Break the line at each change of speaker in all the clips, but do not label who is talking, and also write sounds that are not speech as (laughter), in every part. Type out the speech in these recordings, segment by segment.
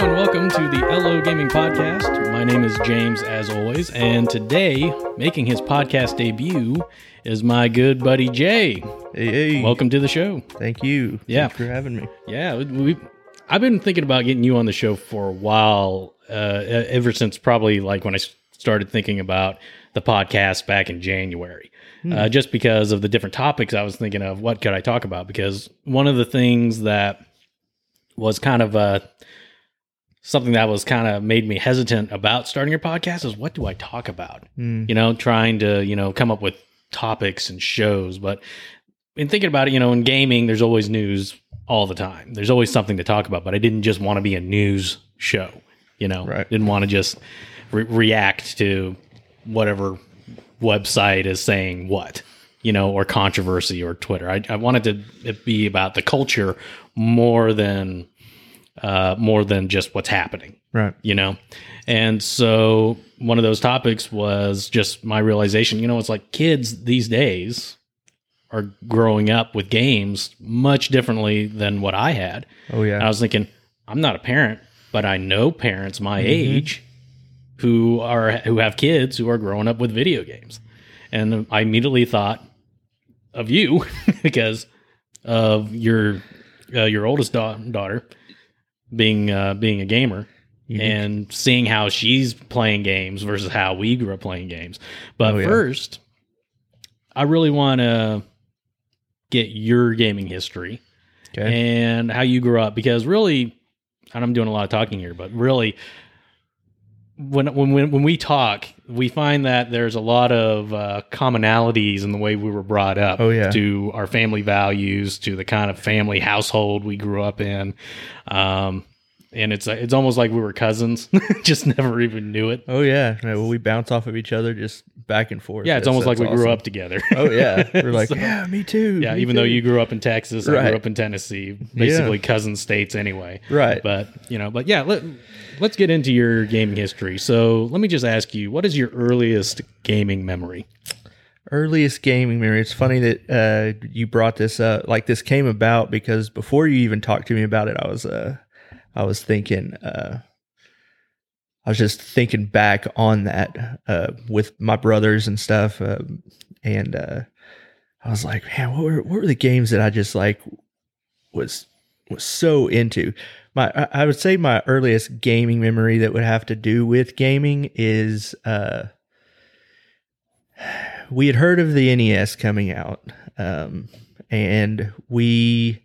to the LO Gaming Podcast. My name is James, as always, and today, making his podcast debut, is my good buddy Jay.
Hey, hey.
Welcome to the show.
Thank you.
Yeah.
Thanks for having me.
Yeah, we, I've been thinking about getting you on the show for a while, uh, ever since probably like when I s- started thinking about the podcast back in January, uh, just because of the different topics I was thinking of. What could I talk about? Because one of the things that was kind of uh, something that was kind of made me hesitant about starting your podcast is what do I talk about?
Mm.
you know, trying to, you know, come up with topics and shows. But in thinking about it, you know, in gaming, there's always news all the time. There's always something to talk about. But I didn't just want to be a news show, you know,
Right.
didn't want to just re- react to whatever website is saying what, you know, or controversy or Twitter. I, I wanted to it be about the culture more than. Uh, more than just what's happening
Right.
you know and so one of those topics was just my realization you know it's like kids these days are growing up with games much differently than what i had
Oh yeah.
and i was thinking i'm not a parent but i know parents my
Mm-hmm.
age who are who have kids who are growing up with video games and i immediately thought of you (laughs) because of your uh, your oldest da- daughter being uh, being a gamer
You did-
and seeing how she's playing games versus how we grew up playing games. But
Oh, yeah.
first, I really want to get your gaming history
okay.
and how you grew up because really, and I'm doing a lot of talking here, but really, when when when, when we talk, we find that there's a lot of uh, commonalities in the way we were brought up.
Oh, yeah.
to our family values, to the kind of family household we grew up in. Um, and it's it's almost like we were cousins, (laughs) just never even knew it.
oh yeah. Yeah, well, we bounce off of each other just back and forth.
Yeah, it's
That's-
almost like we
that's
grew
awesome.
up together. (laughs)
Oh yeah. We're like,
So-
yeah, me too.
yeah,
me
even though
too."
you grew up in Texas, I
Right.
grew up in Tennessee, basically cousin states anyway.
Right.
But you know, but yeah, let let's get into your gaming history. So let me just ask you, what is your earliest gaming memory?
earliest gaming memory. It's funny that uh, you brought this up. Like this came about because before you even talked to me about it, I was uh, I was thinking. Uh, I was just thinking back on that uh, with my brothers and stuff, um and uh, I was like, man, what were what were the games that I just like was was so into? My I- I would say my earliest gaming memory that would have to do with gaming is. Uh, we had heard of the NES coming out, um, and we,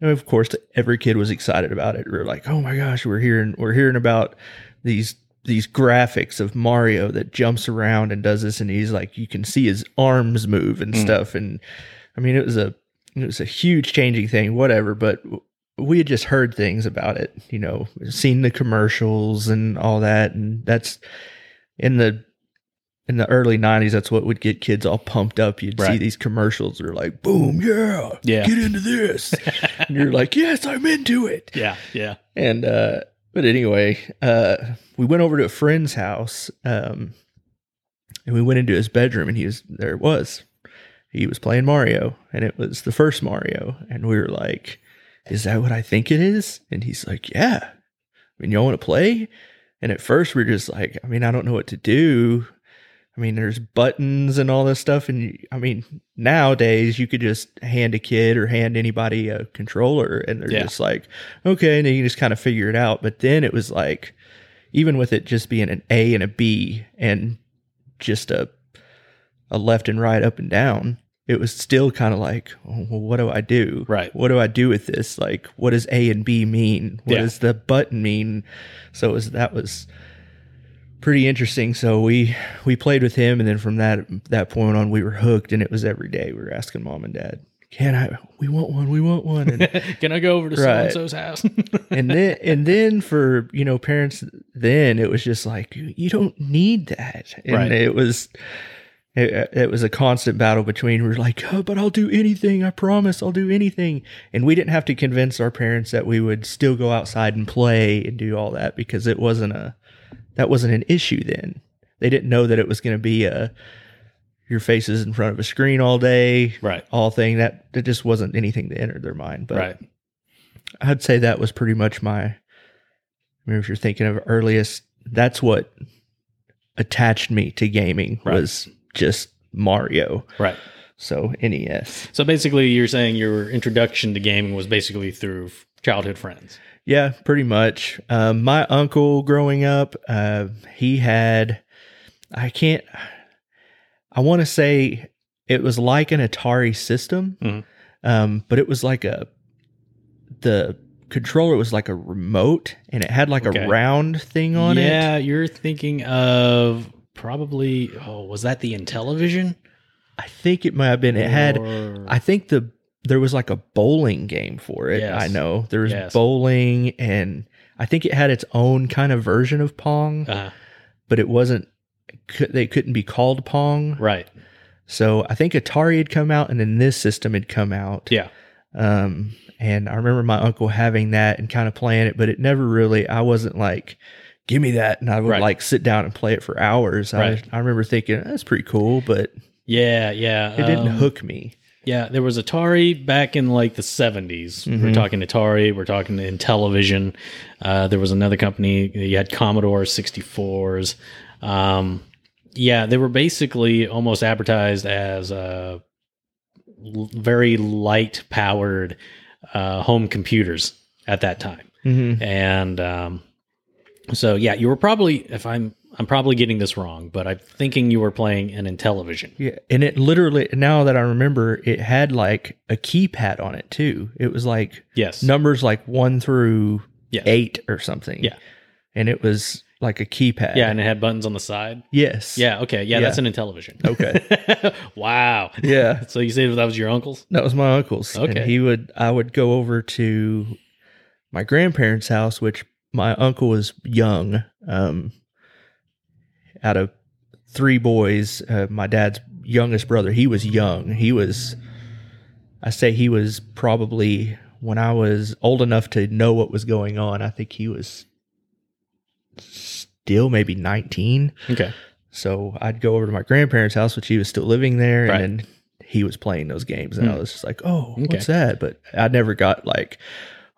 and of course, every kid was excited about it. We were like, "Oh my gosh, we're hearing we're hearing about these these graphics of Mario that jumps around and does this, and he's like, you can see his arms move and
Mm.
stuff." And I mean, it was a it was a huge changing thing, whatever. But we had just heard things about it, you know, seen the commercials and all that, and that's in the in the early 90s that's what would get kids all pumped up you'd see
Right.
these commercials that are like boom yeah
Yeah.
get into
(laughs)
this and you're like yes i'm into it
Yeah, yeah. (laughs)
and uh but anyway uh we went over to a friend's house um and we went into his bedroom and he was there it was he was playing mario and it was the first mario and we were like is that what i think it is and he's like yeah i mean y'all want to play and at first we we're just like i mean i don't know what to do i mean there's buttons and all this stuff and you, i mean nowadays you could just hand a kid or hand anybody a controller and they're
Yeah.
just like okay and then you just kind of figure it out but then it was like even with it just being an a and a b and just a a left and right up and down it was still kind of like oh, well, what do i do
Right.
what do i do with this like what does a and b mean what
Yeah.
does the button mean so it was that was pretty interesting so we we played with him and then from that that point on we were hooked and it was every day we were asking mom and dad can i we want one we want one and
Can I go over to so
Right.
and so's house? (laughs)
and then and then for you know parents then it was just like you you don't need that and
Right.
it was it, it was a constant battle between we were like oh, but i'll do anything i promise i'll do anything and we didn't have to convince our parents that we would still go outside and play and do all that because it wasn't a that wasn't an issue then they didn't know that it was going to be a your faces in front of a screen all day
right.
all thing that that just wasn't anything that entered their mind but
Right.
I'd say that was pretty much my I mean, if you're thinking of earliest, that's what attached me to gaming
Right.
was just Mario.
Right.
So E NES.
So basically, you're saying your introduction to gaming was basically through f- childhood friends.
Yeah, pretty much. Um, my uncle growing up, uh, he had, I can't, I want to say it was like an Atari system,
Mhm.
um, but it was like a, the controller was like a remote and it had like
Okay.
a round thing on it.
yeah, you're thinking of probably. Oh, was that the Intellivision?
I think it might have been, it had,
Or-
I think the there was like a bowling game for it.
Yes.
I know there was
Yes.
bowling, and I think it had its own kind of version of Pong,
Uh,
but it wasn't. cou- They couldn't be called Pong,
right.
so I think Atari had come out, and then this system had come out.
Yeah.
Um, and I remember my uncle having that and kind of playing it, but it never really. I wasn't like, "Give me that," and I would
Right.
like sit down and play it for hours.
Right.
I I remember thinking that's pretty cool, but
Yeah, yeah.
it didn't
um,
hook me.
Yeah, there was Atari back in like the 70s. We're
Mhm.
talking Atari, we're talking Intellivision. Uh, there was another company, you had Commodore 64s. Um, yeah, they were basically almost advertised as uh, l- very light powered uh, home computers at that time.
Mm-hmm.
And um, so, yeah, you were probably, if I'm, I'm probably getting this wrong, but I'm thinking you were playing an Intellivision.
Yeah, and it literally now that I remember, it had like a keypad on it too. It was like
Yes.
numbers like one through
Yes.
eight or something.
Yeah.
and it was like a keypad.
Yeah, and it had buttons on the side.
yes.
Yeah. Okay. Yeah,
Yeah.
that's an Intellivision.
Okay. (laughs)
(laughs) wow.
yeah.
So you said that was your uncle's?
That was my uncle's. and
Okay.
he would. I would go over to my grandparents' house, which my uncle was young. Um, out of three boys, uh, my dad's youngest brother, he was young. He was. I say he was probably when I was old enough to know what was going on. I think he was still maybe nineteen.
Okay.
So I'd go over to my grandparents' house, which he was still living there,
Right.
and then he was playing those games, and I
Hmm.
was just like, "Oh,
Okay.
what's that?" But I never got like,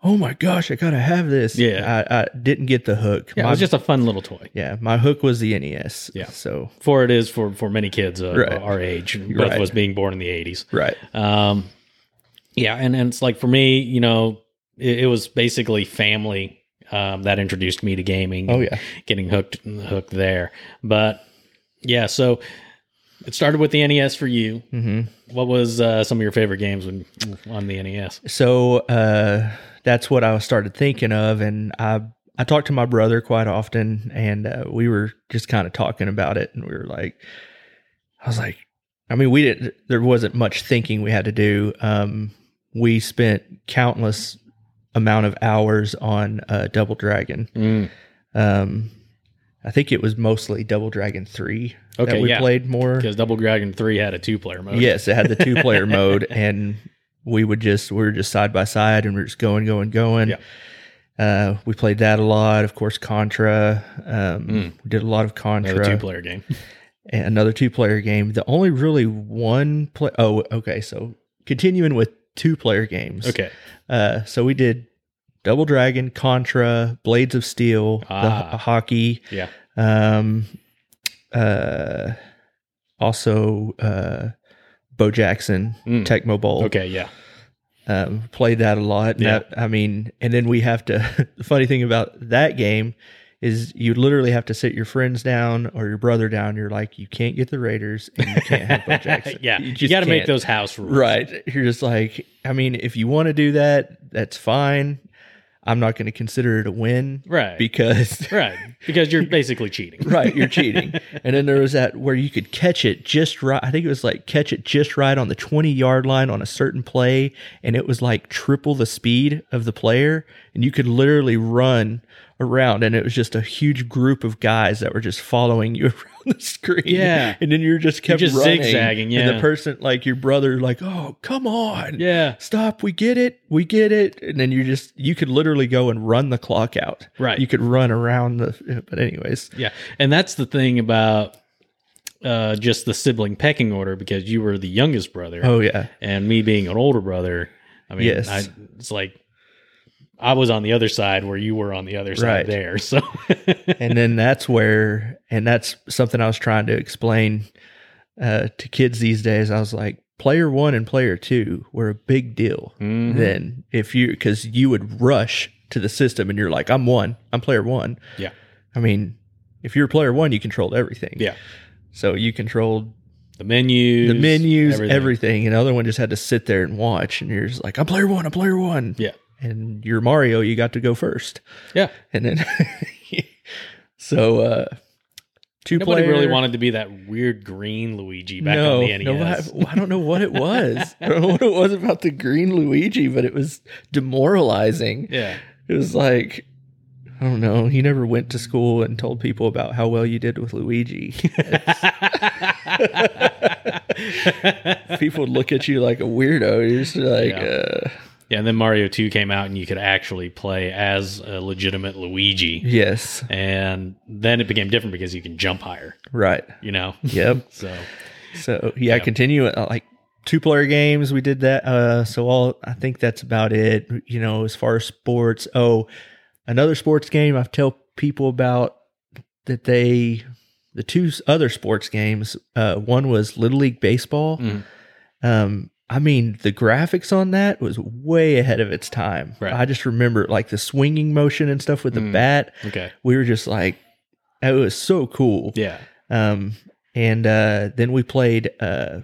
"Oh my gosh, I gotta have this."
Yeah.
I, I didn't get the hook.
Yeah,
my,
it was just a fun little toy.
yeah, my hook was the NES.
Yeah.
So
For it is for for many kids uh,
Right.
our age, both
Right.
of us being born in the eighties.
right,
Um, yeah, and, and it's like for me, you know, it, it was basically family um, that introduced me to gaming.
oh yeah,
getting hooked hooked there. But yeah, so it started with the NES for you.
hmm
What was uh, some of your favorite games when, on the E NES?
so uh, that's what I started thinking of, and I I talked to my brother quite often, and uh, we were just kind of talking about it, and we were like, I was like, I mean, we didn't. There wasn't much thinking we had to do. Um, we spent countless amount of hours on uh, Double Dragon.
Mm,
Um, I think it was mostly Double Dragon Three
Okay,
that we
yeah.
played more.
Because Double Dragon Three had a two player mode.
Yes, it had the two
(laughs)
player mode, and we would just we were just side by side, and we were just going, going, going.
Yeah.
Uh, we played that a lot, of course. Contra, um,
Mm.
we did a lot of Contra,
another two player game.
and another two player game. The only really one play. Oh, okay. So continuing with two player games.
Okay,
Uh, so we did Double Dragon, Contra, Blades of Steel,
Ah.
the h- hockey.
Yeah.
Um. Uh. Also, uh, Bo Jackson,
Mm.
Tecmo Bowl.
okay,
(laughs)
yeah,
Um, played that a lot.
Yeah.
Yeah. I mean, and then we have to. (laughs) the funny thing about that game is you literally have to sit your friends down or your brother down. You're like, you can't get the Raiders and you can't
(laughs)
have Bo Jackson.
yeah. You,
you, just
got to make
can't.
those house rules,
Right. You're just like, I mean, if you want to do that, that's fine. I'm not going to consider it a win
Right,
because, (laughs)
right, because you're basically cheating.
right, you're cheating.
(laughs)
and then there was that where you could catch it just right. I think it was like catch it just right on the 20 yard line on a certain play. And it was like triple the speed of the player. And you could literally run around. And it was just a huge group of guys that were just following you (laughs) around the screen.
Yeah.
And then you're just kept
just
running.
zigzagging,
And
yeah.
the person, like your brother, like, oh, come on
Yeah,
stop we get it we get it and then you just you could literally go and run the clock out
Right.
you could run around the but anyways
yeah, and that's the thing about uh, just the sibling pecking order because you were the youngest brother,
oh yeah
and me being an older brother. I mean,
Yes.
I, it's like I was on the other side where you were on the other side
Right.
there. (laughs) So
and then that's where and that's something i was trying to explain uh, to kids these days i was like player one and player two were a big deal
Mhm.
then if you because you would rush to the system and you're like i'm one i'm player one
Yeah.
i mean if you're player one you controlled everything
Yeah.
so you controlled
the menus,
the menus everything.
everything.
and the other one just had to sit there and watch and you're just like i'm player one i'm player one
Yeah.
and you're mario you got to go first
Yeah.
and then (laughs) so uh two
Nobody
player,
really wanted to be that weird green Luigi back
no,
on the E
no, I,
NES.
I don't know what it was. I don't know what it was about the green Luigi, but it was demoralizing.
yeah.
It was like, I don't know. He never went to school and told people about how well you did
(laughs)
with Luigi. people would look at you like a weirdo. You're just like, uh,
(laughs) yeah, and then Mario 2 came out and you could actually play as a legitimate Luigi.
yes,
And then it became different because you can jump higher,
right.
you know?
Yep.
So,
So yeah,
Yeah.
continue uh, like two player games. We did that. Uh, so all I think that's about it. You know, as far as sports. Oh, another sports game I've tell people about that they the two s- other sports games. Uh, one was Little League Baseball.
Mhm.
Um, I mean, the graphics on that was way ahead of its time.
Right.
I just remember like the swinging motion and stuff with the
Mm.
bat.
okay.
We were just like, it was so cool.
Yeah.
Um, and uh, then we played uh,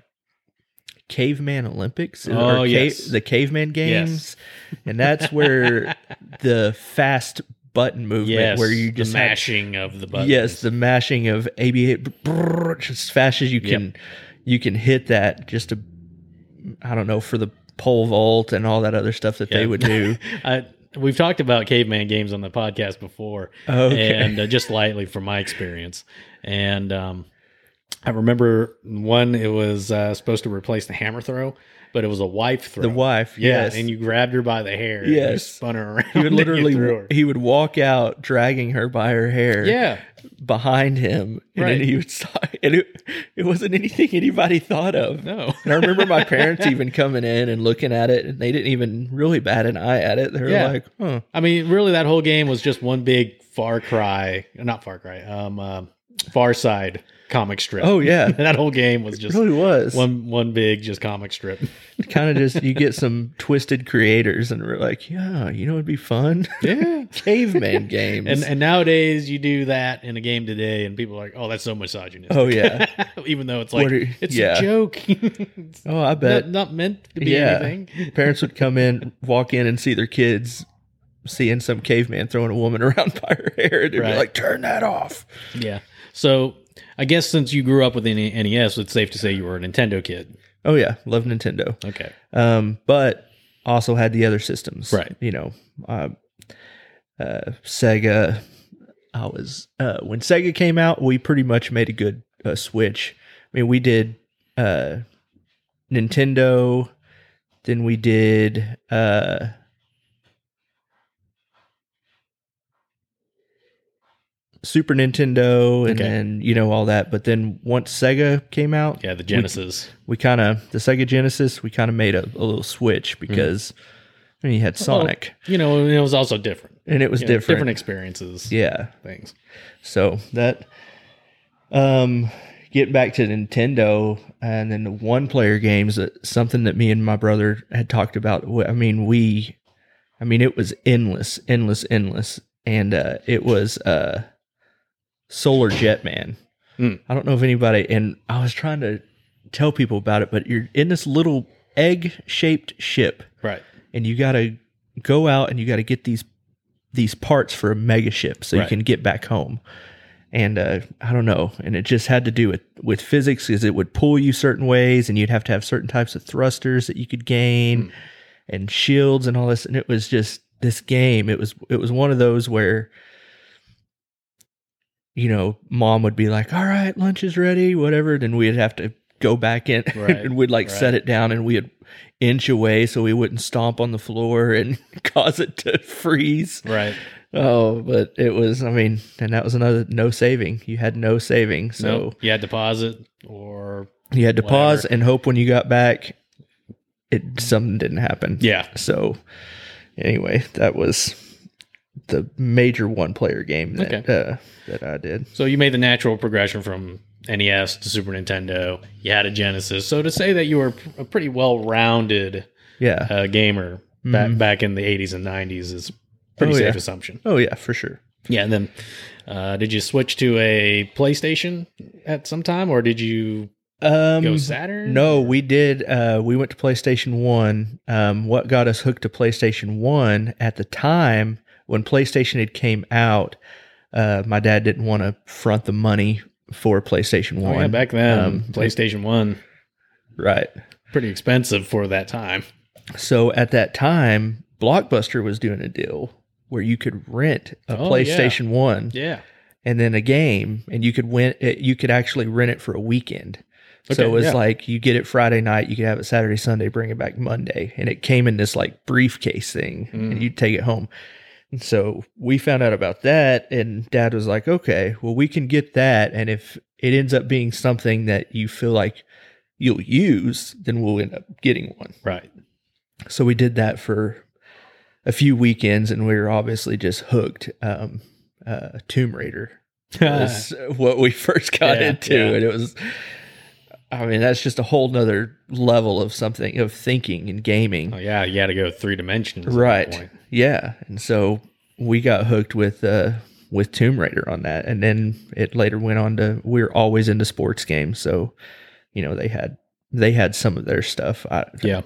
Caveman Olympics. or
Oh,
ca-
yes.
The Caveman Games.
Yes.
And
(laughs)
that's where the fast button movement,
yes,
where you
the
just had-
mashing of the buttons.
yes, the mashing of ABA brrr, just as fast as you
Yep.
can, you can hit that just to, I don't know, for the pole vault and all that other stuff that they
Yeah. (laughs)
would do.
I, we've talked about caveman games on the podcast before,
Okay.
and uh, just lightly from my experience. And um, I remember one; it was uh, supposed to replace the hammer throw, but it was a wife throw.
the wife,
yeah,
yes.
and you grabbed her by the hair. and you
Yes.
spun her (laughs) around.
he would
and you threw
literally
her.
he would walk out dragging her by her hair.
Yeah,
behind him, and
Right.
then he (laughs) would stop. And it, it wasn't anything anybody thought of.
no, (laughs)
And I remember my (laughs) parents even coming in and looking at it, and they didn't even really bat an eye at it. They were
Yeah.
like, "Huh,
I mean, really, that whole game was just one big Far Cry, not Far Cry, um, uh, Far Side comic strip.
oh yeah,
(laughs) that whole game was
(laughs) it
just
really was."
one one big just comic
(laughs)
strip.
kind of just you get some twisted creators, and we're like, "Yeah, you know, it'd be fun."
Yeah.
(laughs) Caveman games.
And and nowadays you do that in a game today, and people are like, "Oh, that's so misogynistic."
oh yeah,
(laughs) Even though it's
What
like
are-
it's
yeah.
a joke, (laughs) It's
oh I
not,
bet
not meant to be
Yeah.
anything. (laughs)
parents would come in, walk in, and see their kids. Seeing some caveman throwing a woman (laughs) around by her hair, and they'd be
Right.
like, "Turn that off."
Yeah. So I guess since you grew up with any NES, it's safe to say you were a Nintendo kid.
Oh yeah, love Nintendo.
Okay.
um, but also had the other systems.
Right.
You know, uh, uh, Sega. I was uh, when Sega came out, we pretty much made a good uh, switch. I mean, we did uh, Nintendo, then we did. Uh, Super Nintendo and
Okay.
then you know all that, but then once Sega came out,
Yeah, the Genesis.
we kind of the Sega Genesis. We kind of made a, a little switch because I mean, you had Sonic,
you know, and it was also different.
and it was
You know,
different.
Different experiences.
Yeah,
Things.
so that um, getting back to Nintendo and then the one-player games, uh, something that me and my brother had talked about. Wh- I mean, we, I mean, it was endless, endless, endless, and uh, it was uh, Solar Jetman.
Mm.
I don't know if anybody, and I was trying to tell people about it, but you're in this little egg-shaped ship,
Right.
and you got to go out and you got to get these these parts for a mega ship so you
Right.
can get back home and uh, i don't know and it just had to do with with physics because it would pull you certain ways and you'd have to have certain types of thrusters that you could gain
Hmm.
and shields and all this and it was just this game it was it was one of those where you know mom would be like all right lunch is ready whatever then we'd have to go back in (laughs)
Right,
and we'd like set
right.
it down and we'd inch away so we wouldn't stomp on the floor and (laughs) cause it to freeze
Right.
oh but it was i mean and that was another no saving you had no saving so
So you had deposit or
you had to
Whatever.
pause and hope when you got back it something didn't happen
yeah.
so Anyway, that was the major one player game that uh, that I did.
So you made the natural progression from NES to Super Nintendo. You had a Genesis. So to say that you were a pretty well rounded
Yeah.
uh, gamer back
Mhm.
back in the 80s and 90s is pretty
Oh,
safe
yeah.
assumption.
Oh yeah, for sure.
Yeah, and then uh, did you switch to a PlayStation at some time, or did you
Um,
go Saturn?
No, we did. Uh, we went to PlayStation One. Um, what got us hooked to PlayStation One at the time when PlayStation had came out, uh, my dad didn't want to front the money for PlayStation
Oh,
One.
yeah, back then,
Um,
PlayStation One
right.
pretty expensive for that time.
So at that time, Blockbuster was doing a deal where you could rent a
Oh, yeah.
PlayStation One
Yeah,
and then a game, and you could win. It, you could actually rent it for a weekend.
Okay,
so it was
yeah.
like you get it Friday night, you could have it Saturday, Sunday, bring it back Monday, and it came in this like briefcase thing,
Mm.
and you'd take it home. And so we found out about that, and Dad was like, "Okay, well, we can get that, and if it ends up being something that you feel like you'll use, then we'll end up getting one." (laughs)
right.
so we did that for a few weekends and we were obviously just hooked um uh tomb raider was (laughs) what we first got
Yeah,
into
yeah.
and it was i mean that's just a whole nother level of something of thinking and gaming
Oh yeah, you got to go three dimensions. at that
Right.
point.
yeah and so we got hooked with uh with tomb raider on that and then it later went on to we were always into sports games so you know they had they had some of their stuff I,
Yeah.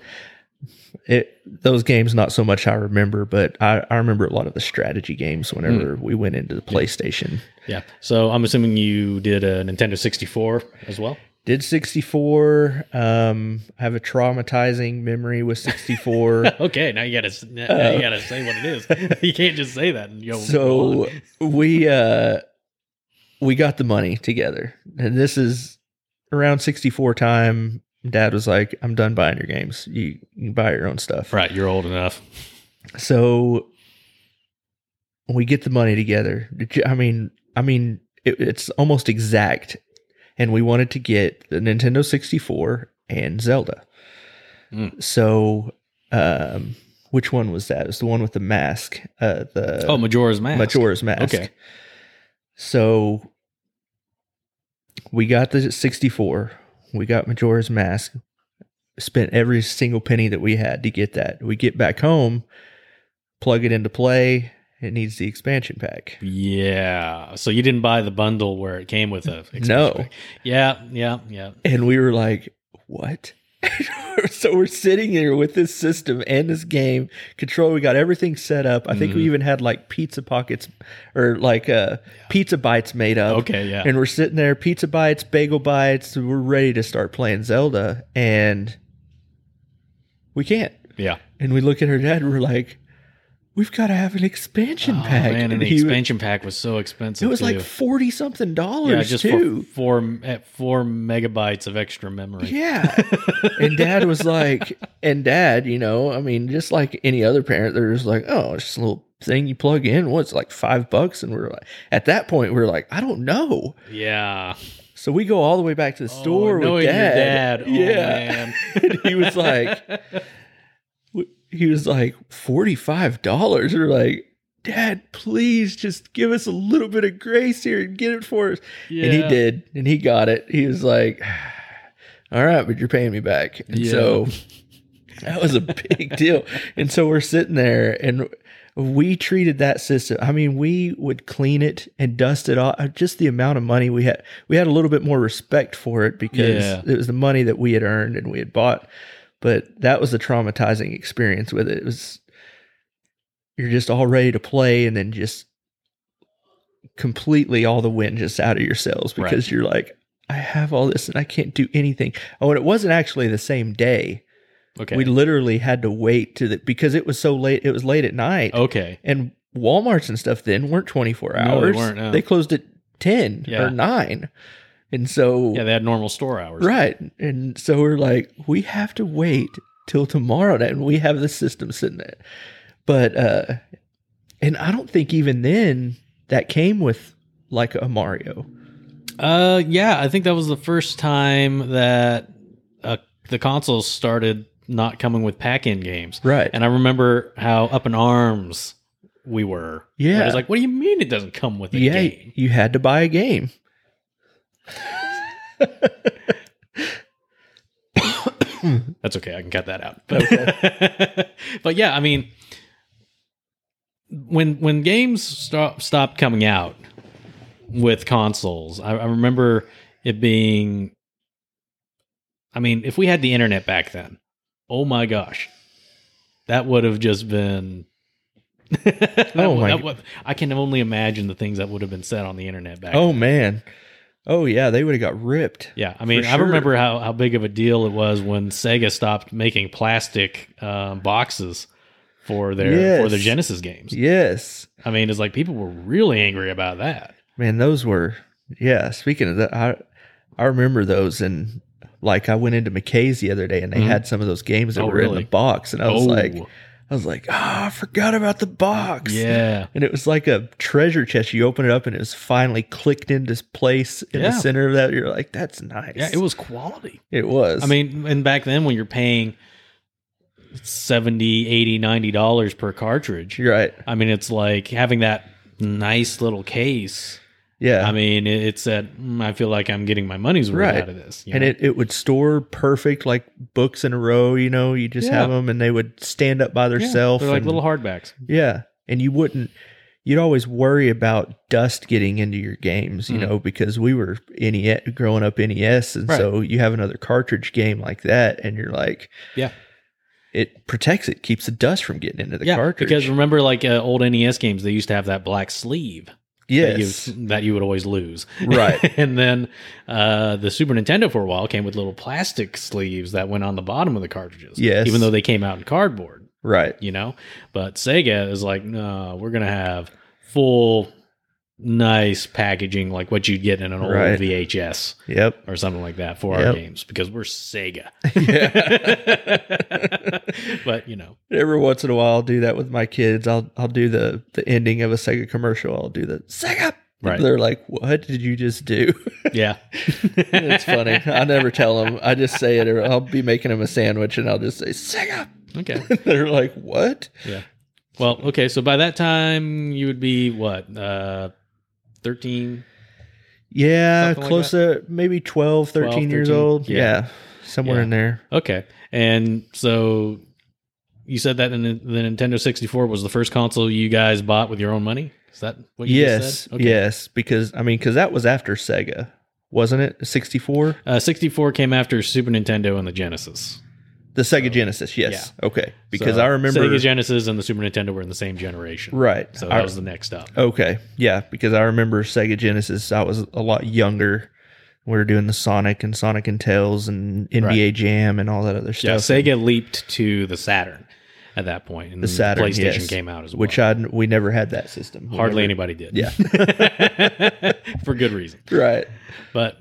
it those games not so much I remember, but I, I remember a lot of the strategy games
Mm.
whenever we went into the PlayStation.
Yeah. So I'm assuming you did a Nintendo 64 as
(laughs)
well. (laughs)
Did 64. Um, I have a traumatizing memory
(laughs)
with 64.
Okay. Now you got to now you got to say what it is. (laughs) you can't just say that. And go,
Uh, so we uh we got the money together. And this is around 64 time. Dad was like, I'm done buying your games. You, you buy your own stuff.
right, you're old enough.
so we get the money together Did you- i mean i mean it, it's almost exact and we wanted to get the nintendo 64 and zelda
Mm.
so um which one was that it was the one with the mask uh the
oh, Majora's Mask.
majora's mask
Okay.
so we got the 64 we got majora's mask spent every single penny that we had to get that. We get back home, plug it into play. It needs the expansion pack.
Yeah. So you didn't buy the bundle where it came with a expansion
(laughs) No.
pack. Yeah. Yeah. Yeah.
And we were like, what? (laughs) so we're sitting here with this system and this game control. We got everything set up. I think we
Mhm.
even had like pizza pockets or like uh, pizza bites made up.
Okay. Yeah.
And we're sitting there, pizza bites, bagel bites. We're ready to start playing Zelda. And we can't.
yeah.
And we look at her dad and we're like, we've got to have an expansion
Oh,
pack.
man, and the
he-
expansion pack was so
it
expensive.
was like
too.
40 something dollars
yeah, just
too.
for four at four megabytes of extra memory.
yeah. and dad was like, and dad, you know, I mean, just like any other parent, they're just like, oh, it's just a little thing you plug in. What's like five bucks? And we're like, at that point, we we're like, I don't know.
Yeah.
So we go all the way back to the
Oh,
store with
knowing Your dad.
dad.
Oh,
yeah.
man.
(laughs) And he was like, he was like forty five dollars. We're like, Dad, please just give us a little bit of grace here and get it for us. And he
Yeah.
did, and he got it. He was like, All right, but you're paying me back. And
Yeah.
so that was a big deal. And so we're sitting there and we treated that system. I mean, we would clean it and dust it off. Just the amount of money we had, we had a little bit more respect for it because
Yeah.
it was the money that we had earned and we had bought. But that was a traumatizing experience with it. It was you're just all ready to play and then just completely all the wind just out of your sails
Right.
because you're like, I have all this and I can't do anything. Oh, and it wasn't actually the same day.
Okay.
We literally had to wait to the because it was so late. It was late at night,
okay.
and WalMarts and stuff then weren't twenty four
Oh. No,
hours.
they weren't, no.
They closed at ten
Yeah.
or nine, and so
Yeah, they had normal store hours.
right, and so we're like, we have to wait till tomorrow, night, and we have the system sitting there. But uh and I don't think even then that came with like a Mario.
Uh, yeah, I think that was the first time that uh, the consoles started not coming with pack-in games.
Right.
And I remember how up in arms we were.
Yeah.
I was like, "What do you mean it doesn't come with a
yeah,
game?"
you had to buy a game.
That's okay. I can cut that out. But,
(laughs) Okay.
(laughs) but yeah, I mean, when when games stop, stopped coming out with consoles, I, I remember it being. I mean, if we had the internet back then, oh my gosh, that would have just been. (laughs) that
Oh
would-
my-
that would- I can only imagine the things that would have been said on the internet back. then.
Oh man. Oh yeah, they would have got ripped.
Yeah, I mean,
For
I remember
sure.
how, how big of a deal it was when Sega stopped making plastic um, boxes for their for their
Yes.
Genesis games.
Yes.
I mean, it's like people were really angry about that.
Man, those were yeah, speaking of that, I I remember those and like I went into McKay's the other day and they
Mhm.
had some of those games that
Oh,
were in
really?
the box and I was
oh,
like I was like, "Ah, I forgot about the box." (laughs)
yeah,
And it was like a treasure chest. You open it up and it was finally clicked into place in
Yeah.
the center of that. You're like, that's nice.
yeah, it was quality.
It was.
I mean, and back then when you're paying 70 80 90 dollars per cartridge
you're right.
i mean it's like having that nice little case
Yeah.
i mean it, it said mm, i feel like i'm getting my money's worth
Right.
out of this you
and
know?
it, it would store perfect like books in a row you know you just
Yeah.
have 'em have them and they would stand up by
Yeah,
themselves
they're like
and-
little hardbacks
yeah and you wouldn't you'd always worry about dust getting into your games you
Mm.
know because we were NES growing up nes and
Right.
so you have another cartridge game like that and you're like
Yeah.
it protects it keeps the dust from getting into the cartridge
Because remember, like uh, old NES games, they used to have that black sleeve
yes
that, you, that you would always lose. (laughs)
(laughs) right
and then uh, the Super Nintendo for a while came with little plastic sleeves that went on the bottom of the cartridges.
Yes.
Even though they came out in cardboard,
right
you know? But Sega is like, no, we're going to have full, nice packaging like what you'd get in an old
Right.
VHS (laughs)
yep
or something like that for our
Yep.
games because we're
(laughs)
Sega. (laughs)
yeah
but, you know.
Every once in a while, I'll do that with my kids. I'll I'll do the the ending of a Sega commercial. I'll do the Sega.
Right.
They're like, "What did you just do?"
Yeah.
it's funny. I never tell them. I just say it. I'll be making them a sandwich, and I'll just say (laughs) Sega.
(laughs) Okay.
They're like, "What?"
Yeah. Well, okay. So by that time, you would be what? Uh, 13?
Yeah,
Something like
close to maybe 12, 13
12,
years
13.
old.
Yeah.
Yeah, somewhere
Yeah.
in there.
Okay. And so you said that in the the Nintendo 64 was the first console you guys bought with your own money? Is that what you just
Yes,
said? Okay.
yes. Because I mean, because that was after Sega, wasn't it? Sixty four,
Uh, 64 came after Super Nintendo and the Genesis.
the Sega Genesis. Yes. Okay. Because
So
I remember.
Sega Genesis and the Super Nintendo were in the same generation.
right.
So
I-
that was the next up.
Okay. Yeah, because I remember Sega Genesis. I was a lot younger. We were doing the Sonic and Sonic and Tails and NBA Jam and all that other
Yeah,
stuff.
Sega leaped to the Saturn at that point, and
The Saturn,
PlayStation
yes.
came out as well.
Which I we never had that system. We
hardly
never-
anybody did.
Yeah.
(laughs)
(laughs)
for good reason.
Right.
But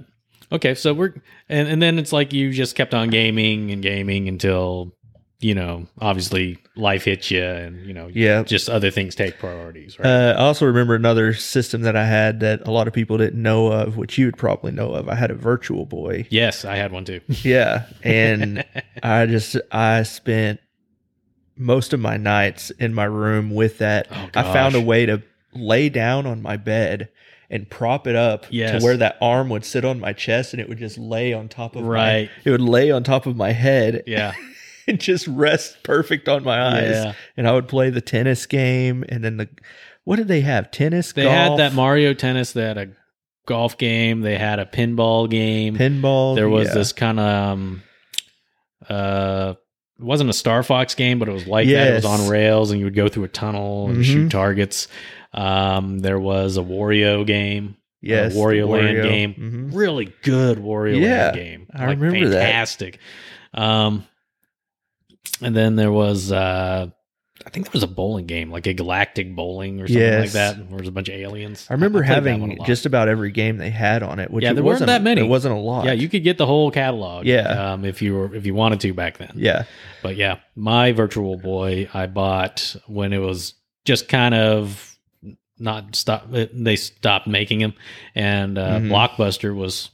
okay, so we're and and then it's like you just kept on gaming and gaming until you know obviously life hits you and you know
Yeah.
just other things take priorities, right?
Uh, I also remember another system that I had that a lot of people didn't know of, which you would probably know of. I had a Virtual Boy.
yes, I had one too.
Yeah, and (laughs) I just I spent most of my nights in my room with that.
Oh,
I found a
gosh.
way to lay down on my bed and prop it up
Yes.
to where that arm would sit on my chest and it would just lay on top of
Right.
my, it would lay on top of my head
Yeah,
(laughs) and just rest perfect on my eyes.
yeah.
And I would play the tennis game and then the what did they have? Tennis,
They had
golf,
that Mario tennis. They had a golf game. They had a pinball game.
pinball.
there was
yeah.
this kind of um, uh it wasn't a Star Fox game, but it was like that. It was
Yes.
on rails, and you would go through a tunnel and
Mhm.
shoot targets. Um, there was a Wario game,
yes,
uh, Wario Land game.
Mhm.
really good Wario
Yeah,
Land game.
I remember that.
fantastic. Um, and then there was, uh, I think there was a bowling game, like a galactic bowling or something like
Yes.
that. Where there was a bunch of aliens.
I remember
played that one a
having
lot.
just about every game they had on it, which
Yeah,
it
there weren't
wasn't
that many.
It wasn't a lot.
yeah, you could get the whole catalog.
Yeah.
um, if you were if you wanted to back then.
yeah,
But yeah, my Virtual Boy I bought when it was just kind of not stop. They stopped making them, and uh,
Mhm.
Blockbuster was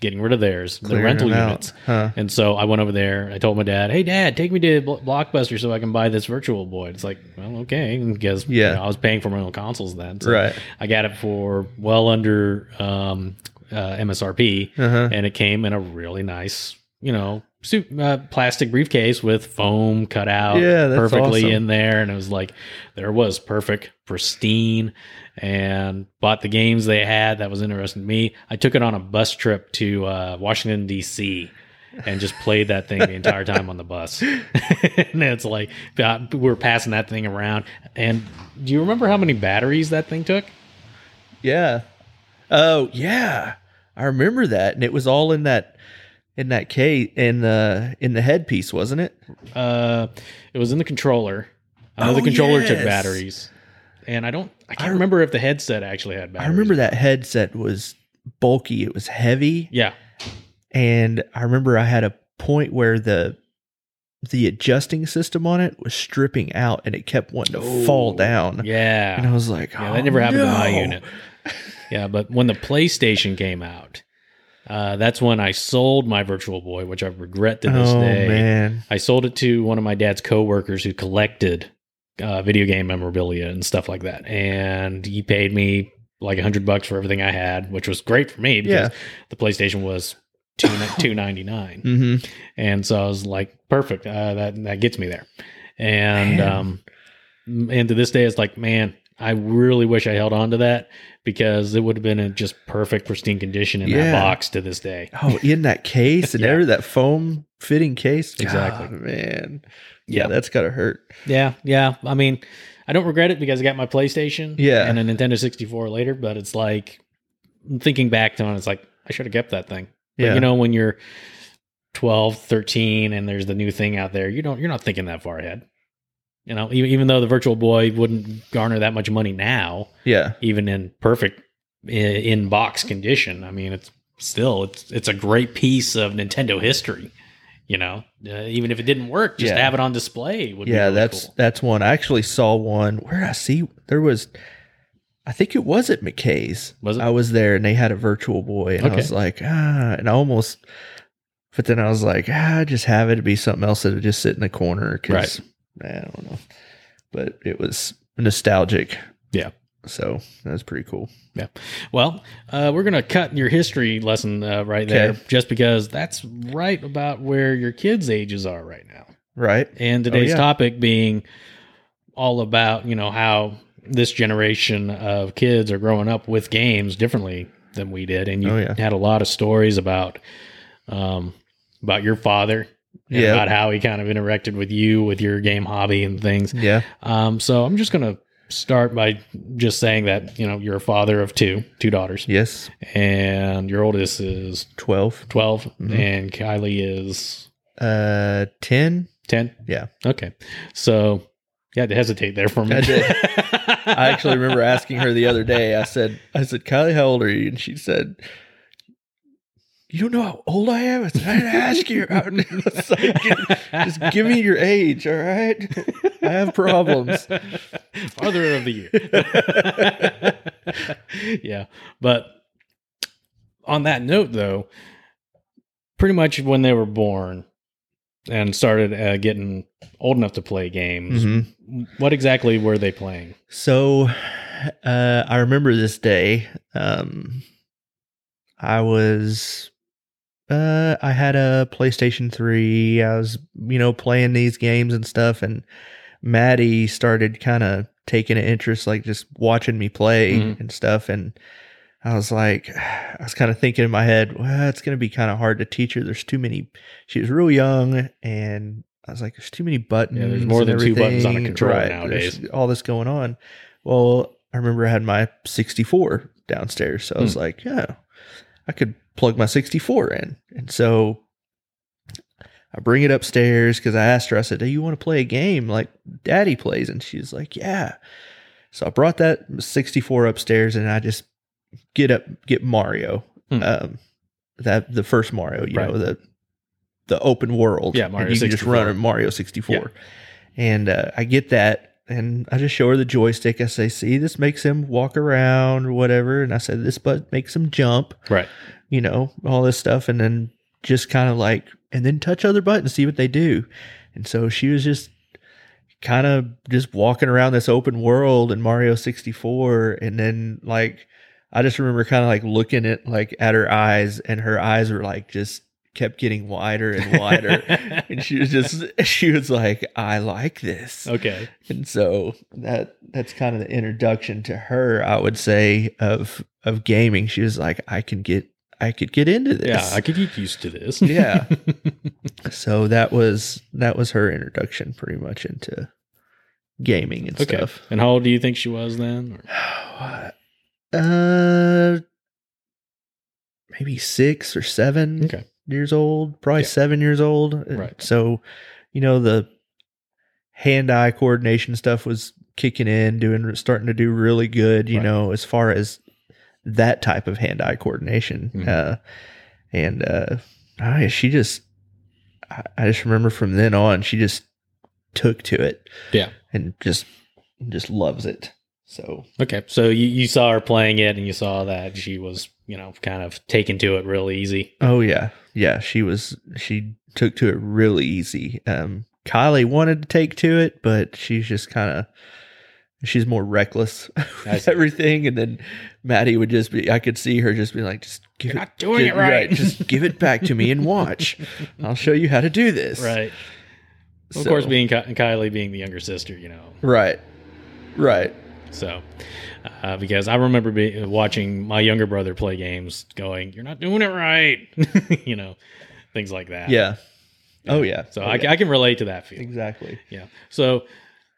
getting rid of theirs, the
Clearing
rental
them out.
units.
Huh.
And so I went over there. I told my dad, "Hey, Dad, take me to Bl- Blockbuster so I can buy this Virtual Boy." It's like, well, okay, because you
Yeah.
know, I was paying for my own consoles then. So
Right.
I got it for well under um, uh, MSRP,
Uh-huh.
and it came in a really nice, you know, suit, uh, plastic briefcase with foam cut out
Yeah, that's
perfectly
awesome.
in there. And it was like, there it was perfect, pristine, and bought the games they had. That was interesting to me. I took it on a bus trip to uh, Washington, D.C. And just played that thing the entire time on the bus, (laughs) and it's like God, we we're passing that thing around. And do you remember how many batteries that thing took?
Yeah. Oh yeah, I remember that, and it was all in that in that case in the in the headpiece, wasn't it?
Uh, it was in the controller. I know
Oh,
the controller
yes.
took batteries, and I don't. I can't remember if the headset actually had
I
batteries.
remember that headset was bulky. It was heavy,
Yeah,
and I remember I had a point where the the adjusting system on it was stripping out, and it kept wanting to fall
Oh,
down. And
yeah,
(laughs) I was like,
yeah.
"Oh,
That never happened in my
no."
unit. Yeah, but when the PlayStation came out, uh, that's when I sold my Virtual Boy, which I regret to this
Oh
day.
man,
I sold it to one of my dad's coworkers who collected uh, video game memorabilia and stuff like that, and he paid me like a hundred bucks for everything I had, which was great for me because the PlayStation was two
(laughs)
two ninety nine,
hmm
and so I was like, perfect, uh, that that gets me there, and
Man.
um, and to this day, it's like, man. I really wish I held on to that because it would have been in just perfect, pristine condition in
Yeah.
that box to this day.
oh, in
(laughs)
that case, and
Yeah.
every that foam fitting case,
Exactly.
God, man,
Yeah.
yeah, that's gotta hurt.
Yeah, yeah. I mean, I don't regret it because I got my PlayStation
Yeah.
and a Nintendo 64 later, but it's like thinking back to it, it's like I should have kept that thing. But you know when you're 12, 13 and there's the new thing out there, you don't you're not thinking that far ahead. You know, e-, even, even though the Virtual Boy wouldn't garner that much money now,
yeah,
even in perfect in box condition, I mean, it's still it's it's a great piece of Nintendo history. You know, uh, even if it didn't work, just
Yeah.
to have it on display would be
yeah.
really
That's
cool.
that's one. I actually saw one where did I see there was, I think it was at McKay's.
Was it?
I was there and they had a Virtual Boy, and I
Okay.
was like, ah, and I almost. But then I was like, ah, just have it be something else that'll just sit in the corner. 'cause, I don't know. But it was nostalgic.
Yeah.
So that was pretty cool.
Well, uh, we're going to cut your history lesson uh, right there
Okay.
just because that's right about where your kids' ages are right now.
Right.
And today's
Oh, yeah.
topic being all about, you know, how this generation of kids are growing up with games differently than we did. And you
Oh, yeah.
had a lot of stories about um, about your father and
Yeah.
about how he kind of interacted with you with your game hobby and things.
Yeah.
Um, so I'm just going to start by just saying that, you know, you're a father of two, two daughters
Yes.
and your oldest is
12.
12
Mhm.
and Kylie is
Uh, 10.
10
Yeah.
okay so you had to hesitate there for a
I
minute (laughs)
did. I actually remember asking her the other day. I said, I said, Kylie, how old are you? And she said, You don't know how old I am? I said, I didn't ask you. I (laughs)
(laughs)
was like, "Give- Just give me your age, all right? I have problems.
(laughs) father of the year (laughs) yeah but on that note though pretty much when they were born and started uh, getting old enough to play games what exactly were they playing
Mm-hmm. So uh, I remember this day. Um, I was, uh, I had a PlayStation 3. I was, you know, playing these games and stuff. And Maddie started kind of taking an interest, like just watching me play
Mhm.
and stuff. And I was like, (sighs) I was kind of thinking in my head, well, it's going to be kind of hard to teach her. There's too many. She was real young. And I was like, there's too many buttons.
Yeah, there's more
and
than two buttons on a
everything."
controller
there's
nowadays.
All this going on. Well, I remember I had my 64 downstairs. So I
Hmm.
was like, yeah, I could plug my 64 in. And so I bring it upstairs because I asked her, I said, Do you want to play a game like daddy plays? And she's like, Yeah. So I brought that 64 upstairs and I just get up, get Mario.
Hmm.
Um, that the first Mario, you
Right.
know, the the open world.
Yeah,
And
Mario
you can just run
64.
a Mario 64. And uh, I get that and I just show her the joystick. I say, "See, this makes him walk around or whatever." And I said, "This button makes him jump."
Right.
You know, all this stuff, and then just kind of like, and then touch other buttons, see what they do. And so she was just kind of just walking around this open world in Mario 64, and then like. I just remember kind of like looking at like at her eyes, and her eyes were like just kept getting wider and wider. and she was just (laughs) she was like, I like
(laughs)
this.
okay.
And so that that's kind of the introduction to her, I would say, of of gaming. She was like, I can get I could get into
Yeah,
this.
I could get used to this. (laughs)
(laughs) Yeah. so that was that was her introduction pretty much into gaming and
Okay.
stuff.
And how old do you think she was then? Or-
(sighs) Uh maybe six or seven
Okay.
years old, probably
Yeah.
seven years old. Uh,
Right.
So, you know, the hand eye coordination stuff was kicking in, doing starting to do really good, you
Right.
know, as far as that type of hand eye coordination.
Mhm.
Uh, and uh, I, she just, I, I just remember from then on, she just took to it.
Yeah.
And just, just loves it. So,
Okay. So you, you saw her playing it and you saw that she was, you know, kind of taken to it real easy.
Oh yeah, yeah. She was she took to it really easy. Um, Kylie wanted to take to it, but she's just kind of she's more reckless (laughs)
I
with
see.
everything. And then Maddie would just be I could see her just be like, just give
You're
it,
not doing
give-
it right.
Just give it back to me
(laughs)
and watch. I'll show you how to do this. (laughs)
Right. Of course,
So-
being Ky- Kylie being the younger sister, you know,
right, right.
So, uh, because I remember be- watching my younger brother play games, going, "You're not doing it right," (laughs) you know, things like that.
Yeah. Oh yeah.
So
Oh,
I,
yeah.
I can relate to that feeling.
exactly.
Yeah. So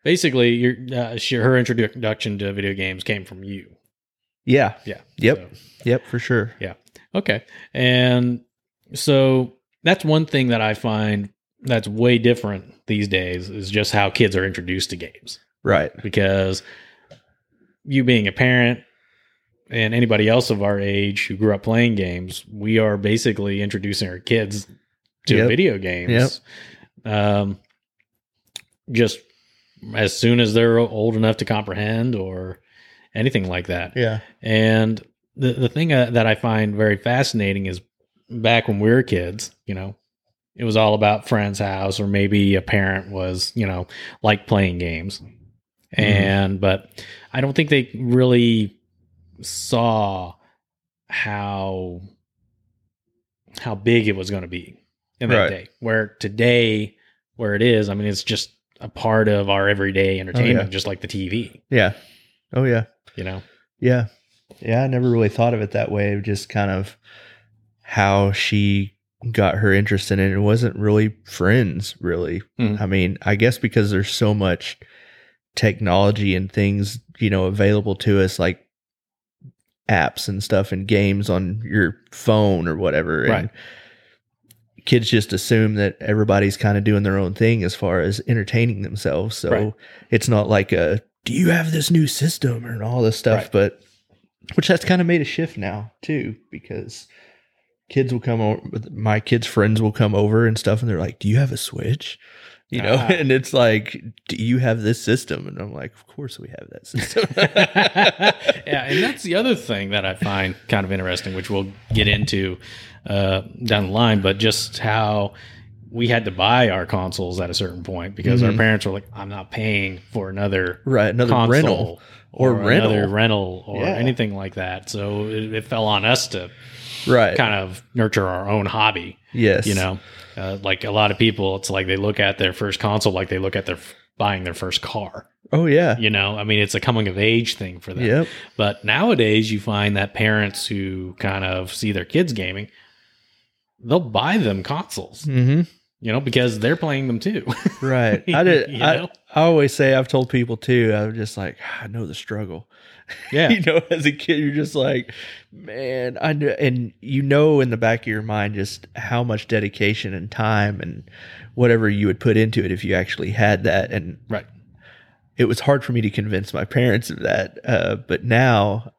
basically, your uh, she, her introduction to video games came from you.
Yeah.
Yeah.
Yep.
So-
Yep. For sure.
Okay. And so that's one thing that I find that's way different these days is just how kids are introduced to games.
Right.
because you being a parent and anybody else of our age who grew up playing games, we are basically introducing our kids to
Yep.
video games. Um, just as soon as they're old enough to comprehend or anything like that.
Yeah.
And the the thing uh, that I find very fascinating is back when we were kids, you know, it was all about friends' house or maybe a parent was, you know, like playing games. And but I don't think they really saw how how big it was going to be in that
Right.
day. Where today where it is, I mean it's just a part of our everyday entertainment just like the TV,
Yeah. Oh yeah.
you know.
Yeah. Yeah, I never really thought of it that way, just kind of how she got her interest in it. It wasn't really friends, really.
Mhm.
I mean, I guess because there's so much technology and things, you know, available to us like apps and stuff and games on your phone or whatever.
Right.
And kids just assume that everybody's kind of doing their own thing as far as entertaining themselves. So
Right.
it's not like a do you have this new system and all this stuff,
Right.
but which that's kind of made a shift now too because kids will come over my kids friends will come over and stuff and they're like do you have a switch you know
Ah.
and it's like do you have this system and i'm like of course we have that system
(laughs) yeah, and that's the other thing that I find kind of interesting, which we'll get into uh, down the line. But just how we had to buy our consoles at a certain point because our
Mhm.
parents were like, "I'm not paying for another,
right another
console
rental or, rental
another rental or
Yeah.
anything like that." So it, it fell on us to
right
kind of nurture our own hobby.
yes
You know, uh, like a lot of people, it's like they look at their first console like they look at their f- buying their first car.
oh yeah
You know, I mean, it's a coming of age thing for them.
yep
But nowadays, you find that parents who kind of see their kids gaming, they'll buy them consoles,
hmm
you know, because they're playing them too. (laughs)
right i did
You
I,
know?
I always say i've told people too i'm just like "Ah, i know the struggle
yeah.
(laughs) you know, as a kid, you're just like, man, I know, and you know in the back of your mind just how much dedication and time and whatever you would put into it if you actually had that. And
Right.
it was hard for me to convince my parents of that. Uh, but now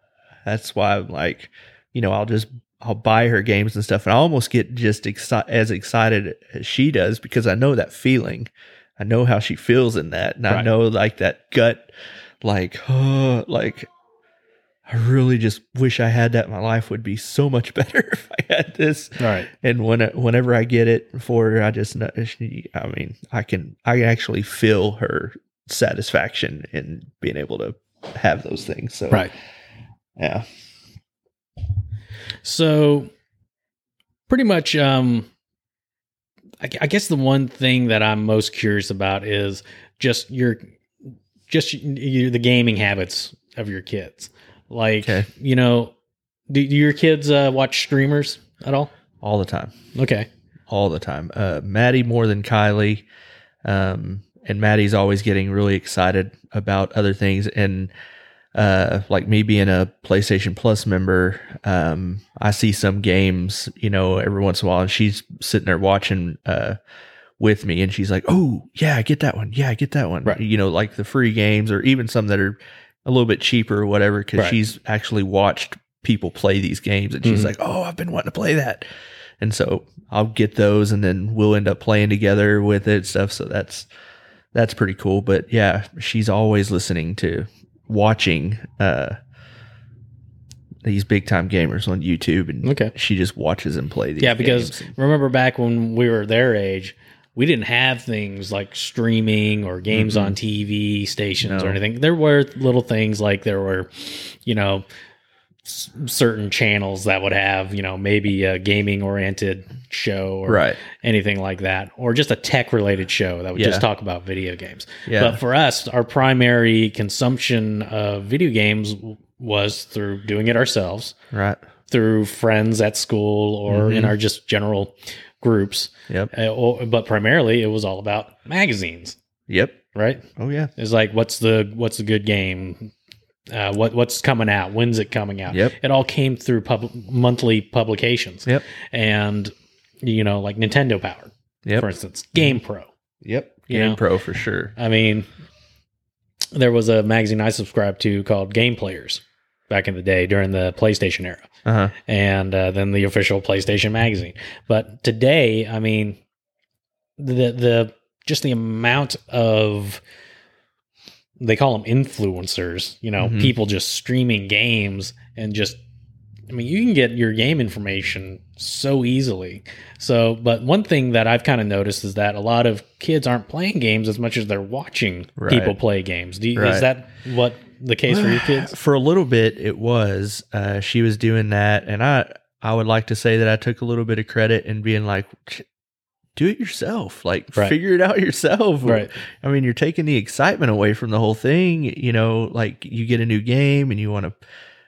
that's why I'm like, you know, I'll just I'll buy her games and stuff, and I almost get just exci- as excited as she does because I know that feeling I know how she feels in that, and I
Right.
know like that gut, like, (gasps) oh, like I really just wish I had that. My life would be so much (laughs) better if I had this.
All right.
And when whenever I get it for her, I just, know she, I mean, I can, I can actually feel her satisfaction in being able to have those things. So
Right.
yeah,
So, pretty much, um, I, I guess the one thing that I'm most curious about is just your, just your, the gaming habits of your kids. Like,
Okay.
you know, do, do your kids uh, watch streamers at all?
all the time.
Okay.
all the time. Uh, Maddie more than Kylie, um, and Maddie's always getting really excited about other things. And uh, like me being a PlayStation Plus member, um, I see some games, you know, every once in a while, and she's sitting there watching uh, with me, and she's like, "Oh yeah, I get that one. Yeah, I get that one."
Right.
You know, like the free games, or even some that are a little bit cheaper or whatever, because
Right.
she's actually watched people play these games, and she's
Mhm.
like, "Oh, I've been wanting to play that." and so I'll get those, and then we'll end up playing together with it and stuff. So that's that's pretty cool. But yeah, she's always listening to watching uh, these big time gamers on YouTube, and
Okay.
she just watches and play these.
yeah because
games.
remember back when we were their age we didn't have things like streaming or games on tv stations
Mm-hmm. No.
or anything there were little things like there were you know s- certain channels that would have you know maybe a gaming oriented show or
right,
anything like that or just a tech related show that would
Yeah.
just talk about video games
Yeah.
but for us our primary consumption of video games w- was through doing it ourselves
right,
through friends at school or in
Mhm.
our just general groups.
yep,
Uh, or, but primarily, it was all about magazines,
yep,
right?
oh yeah,
It's like what's the what's the good game? Uh, what what's coming out? When's it coming out?
Yep.
It all came through pub- monthly publications.
Yep.
And you know, like Nintendo Power,
yep,
for instance, Game Pro.
yep,
you
Game
know.
Pro for sure.
I mean, there was a magazine I subscribed to called Game Players back in the day during the PlayStation era.
Uh huh.
and uh, then the official PlayStation magazine. But today, I mean, the the just the amount of they call them influencers, you know,
Mhm.
people just streaming games and just I mean, you can get your game information so easily. So, but one thing that I've kind of noticed is that a lot of kids aren't playing games as much as they're watching
Right.
people play games. Do you,
Right.
Is that what the case
(sighs)
for your kids?
For a little bit, it was. Uh, she was doing that, and I I would like to say that I took a little bit of credit in being like, do it yourself, like
Right.
figure it out yourself.
Right.
I mean, you're taking the excitement away from the whole thing. You know, like you get a new game and you want to.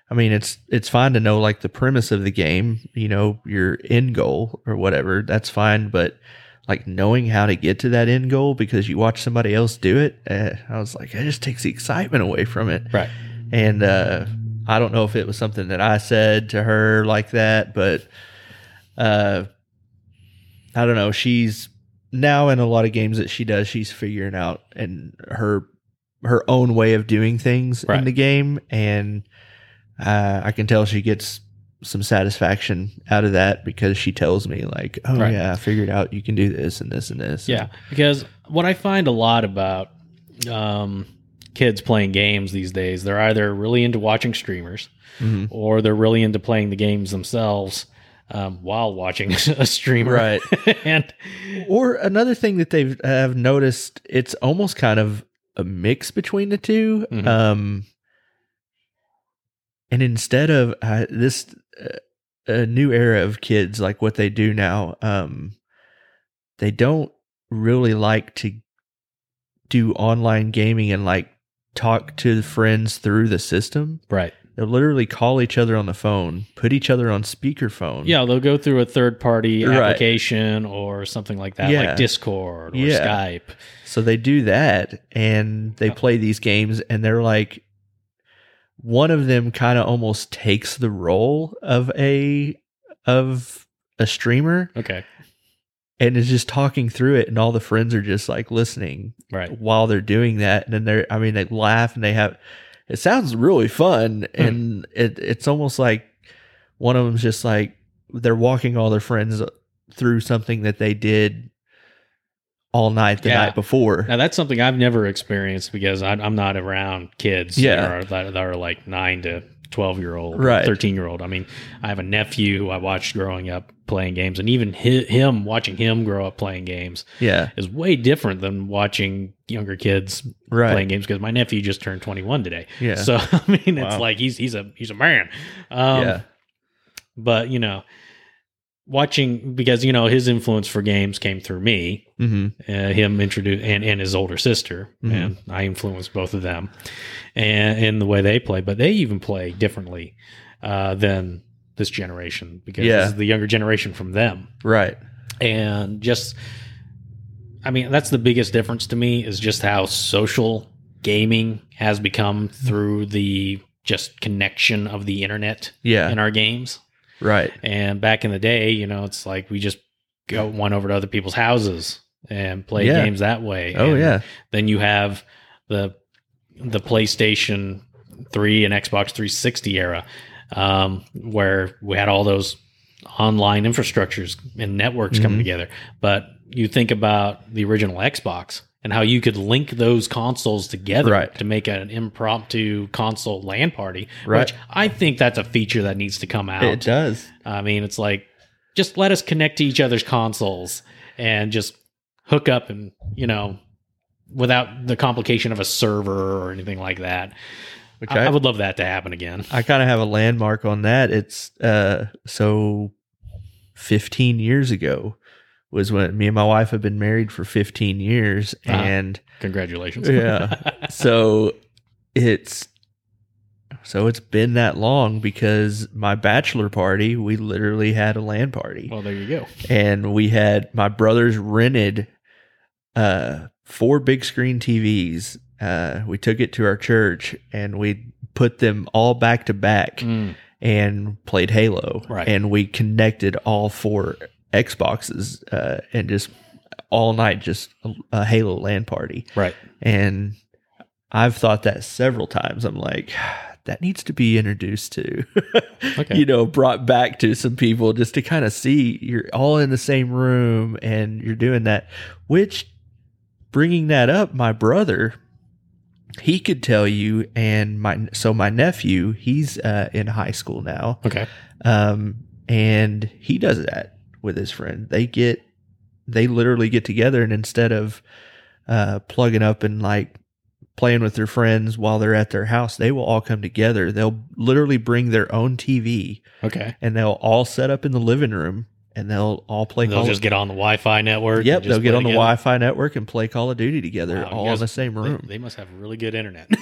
I mean, it's it's fine to know like the premise of the game. You know, your end goal or whatever. That's fine, but. Like knowing how to get to that end goal because you watch somebody else do it, eh, I was like, it just takes the excitement away from it
Right.
and uh, I don't know if it was something that I said to her like that, but uh, I don't know. She's now in a lot of games that she does. She's figuring out and her her own way of doing things
Right.
in the game, and uh, I can tell she gets some satisfaction out of that because she tells me like, "Oh
Right.
yeah, I figured out you can do this and this and this."
Yeah, because what I find a lot about um, kids playing games these days, they're either really into watching streamers
Mhm.
or they're really into playing the games themselves um, while watching (laughs) a streamer.
right.
(laughs) and
Or another thing that they've have noticed, it's almost kind of a mix between the 2
Mhm.
Um, and instead of uh, this, uh, a new era of kids like what they do now, um, they don't really like to do online gaming and like talk to the friends through the system.
right,
They'll literally call each other on the phone, put each other on speakerphone.
yeah, they'll go through a third party
Right.
application or something like that,
Yeah.
like Discord or
Yeah.
Skype.
So they do that and they play these games and they're like one of them kind of almost takes the role of a of a streamer
Okay,
and is just talking through it and all the friends are just like listening
right,
while they're doing that and then they're I mean they laugh and they have it sounds really fun
Hmm.
and it it's almost like one of them's just like they're walking all their friends through something that they did all night the
Yeah.
night before.
Now that's something I've never experienced because I, I'm not around kids.
Yeah.
that are, that, that are like nine to twelve year old,
Right.
Thirteen year old. I mean, I have a nephew who I watched growing up playing games, and even hi him watching him grow up playing games
Yeah,
is way different than watching younger kids
right.
playing games. Because my nephew just turned twenty one today.
Yeah,
So (laughs) I mean, it's
Wow.
like he's he's a he's a man. Um,
yeah,
But you know, watching because you know his influence for games came through me
hmm
uh, him introduce and, and his older sister
Mhm.
and i influenced both of them and in the way they play but they even play differently uh, than this generation because
Yeah.
this is the younger generation from them
right.
and just i mean that's the biggest difference to me is just how social gaming has become through the just connection of the internet
Yeah,
in our games
right.
and back in the day, you know, it's like we just go one over to other people's houses and play
Yeah.
games that way.
Oh
And
yeah,
Then you have the the PlayStation 3 and Xbox 360 era, um, where we had all those online infrastructures and networks coming
Mhm.
together. But you think about the original Xbox and how you could link those consoles together
Right.
to make an impromptu console LAN party,
Right.
which I think that's a feature that needs to come out.
it does.
I mean, it's like just let us connect to each other's consoles and just hook up and, you know, without the complication of a server or anything like that.
Which
I,
I,
I would love that to happen again.
I kind of have a landmark on that. It's uh so 15 years ago was when me and my wife have been married for 15 years
Ah.
and
(laughs) Congratulations.
Yeah. so it's so it's been that long because my bachelor party we literally had a land party
well, there you go.
and we had my brothers rented uh four big screen TVs uh we took it to our church and we put them all back to back
Mm,
and played Halo.
Right.
And we connected all four Xboxes uh, and just all night, just a, a Halo LAN party.
right.
And I've thought that several times. I'm like, (sighs) that needs to be introduced to, (laughs)
Okay.
you know, brought back to some people just to kind of see you're all in the same room and you're doing that. Which, bringing that up, my brother, he could tell you, and my so my nephew, he's uh, in high school now,
Okay.
um, and he does that with his friend. They get, they literally get together, and instead of uh, plugging up and like playing with their friends while they're at their house, they will all come together. They'll literally bring their own TV,
Okay.
and they'll all set up in the living room, and they'll all play.
They'll
Call
just get on the Wi Fi network.
Yep,
and just
they'll get
play
on the
together.
Wi-Fi network and play Call of Duty together,
Wow, you
all
guys-
in the same
They-
room.
They, must have really good internet.
(laughs)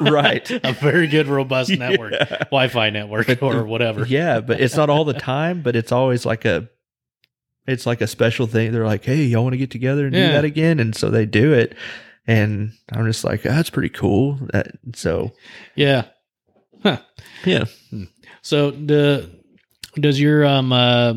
Right.
(laughs) A very good, robust network,
(laughs) Yeah.
Wi Fi
(laughs)
network or whatever.
yeah, but it's not all the time, but it's always like a it's like a special thing. They're like, "Hey, y'all want to get together and
Yeah.
do that again?" And so they do it. And I'm just like, "Oh, "That's pretty cool." That so
Yeah. Huh.
Yeah.
Hmm. So the does your um uh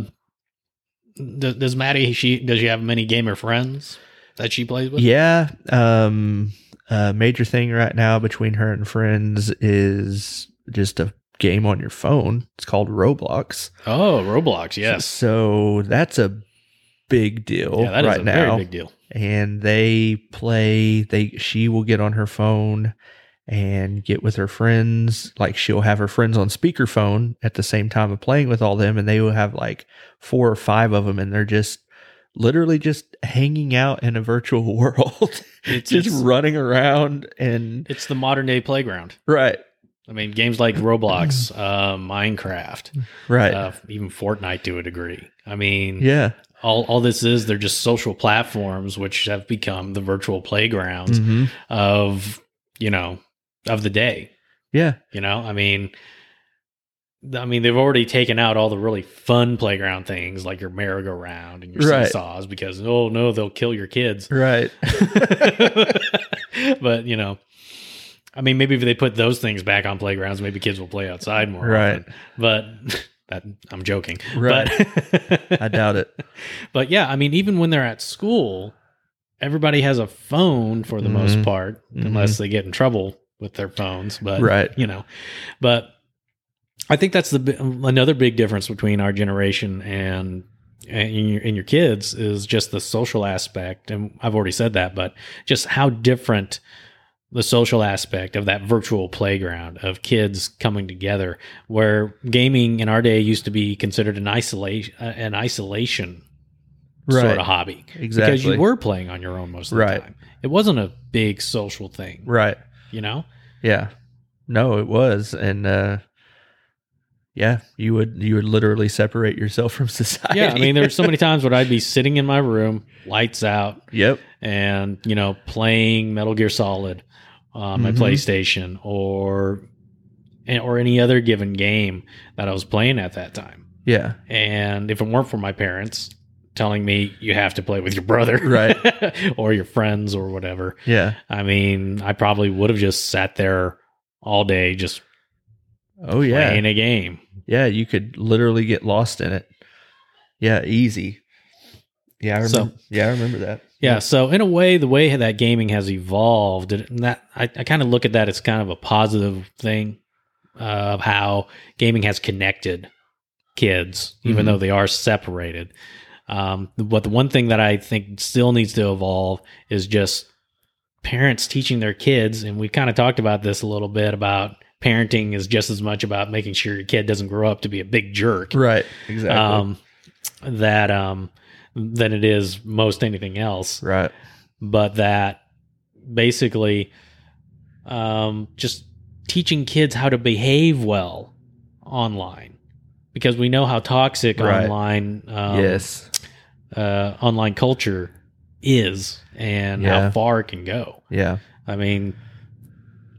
does, does Maddie she does she have many gamer friends that she plays with?
yeah, um a major thing right now between her and friends is just a game on your phone. It's called Roblox.
Oh, Roblox. Yes.
So that's a big deal
yeah, that is
right
a
now.
very big deal.
and they play they she will get on her phone and get with her friends like she'll have her friends on speakerphone at the same time of playing with all them and they will have like four or five of them and they're just literally just hanging out in a virtual (laughs) world
It's
just
it's,
running around and
it's the modern day playground.
right
I mean, games like
(clears throat)
Roblox, uh, Minecraft,
right
uh, even Fortnite to a degree. I mean,
yeah
all all this is they're just social platforms which have become the virtual playgrounds
Mhm.
of you know of the day.
yeah
You know, I mean, th- I mean, they've already taken out all the really fun playground things like your merry-go-round and your
Right.
seesaws because oh no, they'll kill your
(laughs)
kids. (laughs)
right
but you know, I mean, maybe if they put those things back on playgrounds, maybe kids will play outside more.
right
often. But (laughs) that I'm joking.
right
(laughs) But
i doubt it
(laughs) but yeah, I mean, even when they're at school, everybody has a phone for the most
Mhm.
part, unless they get in trouble with their phones. But
Right.
you know, but I think that's the bi- another big difference between our generation and and your, and your kids is just the social aspect. And I've already said that, but just how different the social aspect of that virtual playground of kids coming together, where gaming in our day used to be considered an isolation, uh, an isolation sort
Right.
of hobby. Because
Exactly.
you were playing on your own most of the
Right.
time. It wasn't a big social thing,
Right.
you know?
Yeah. No, it was. And uh yeah, you would you would literally separate yourself from (laughs) society.
Yeah, I mean, there were so
(laughs)
many times when I'd be sitting in my room, lights out,
Yep.
and you know, playing Metal Gear Solid on my
Mhm.
PlayStation or and- or any other given game that I was playing at that time.
Yeah.
And if it weren't for my parents telling me you have to play with your brother,
Right.
(laughs) or your friends or whatever,
Yeah.
I mean, I probably would have just sat there all day just
Oh yeah.
playing a game.
Yeah, you could literally get lost in it. Yeah, easy. Yeah, I
So-
remember. yeah, I remember that.
Yeah, so in a way, the way that gaming has evolved, and that I, I kind of look at that as kind of a positive thing uh, of how gaming has connected kids, even
Mhm.
though they are separated. Um, but the one thing that I think still needs to evolve is just parents teaching their kids, and we kind of talked about this a little bit about parenting is just as much about making sure your kid doesn't grow up to be a big jerk
Right. Exactly.
um, that um, than it is most anything else.
right.
But that basically um, just teaching kids how to behave well online because we know how toxic
Right.
online um,
yes.
uh, online culture is and how
Yeah.
far it can go.
Yeah.
I mean,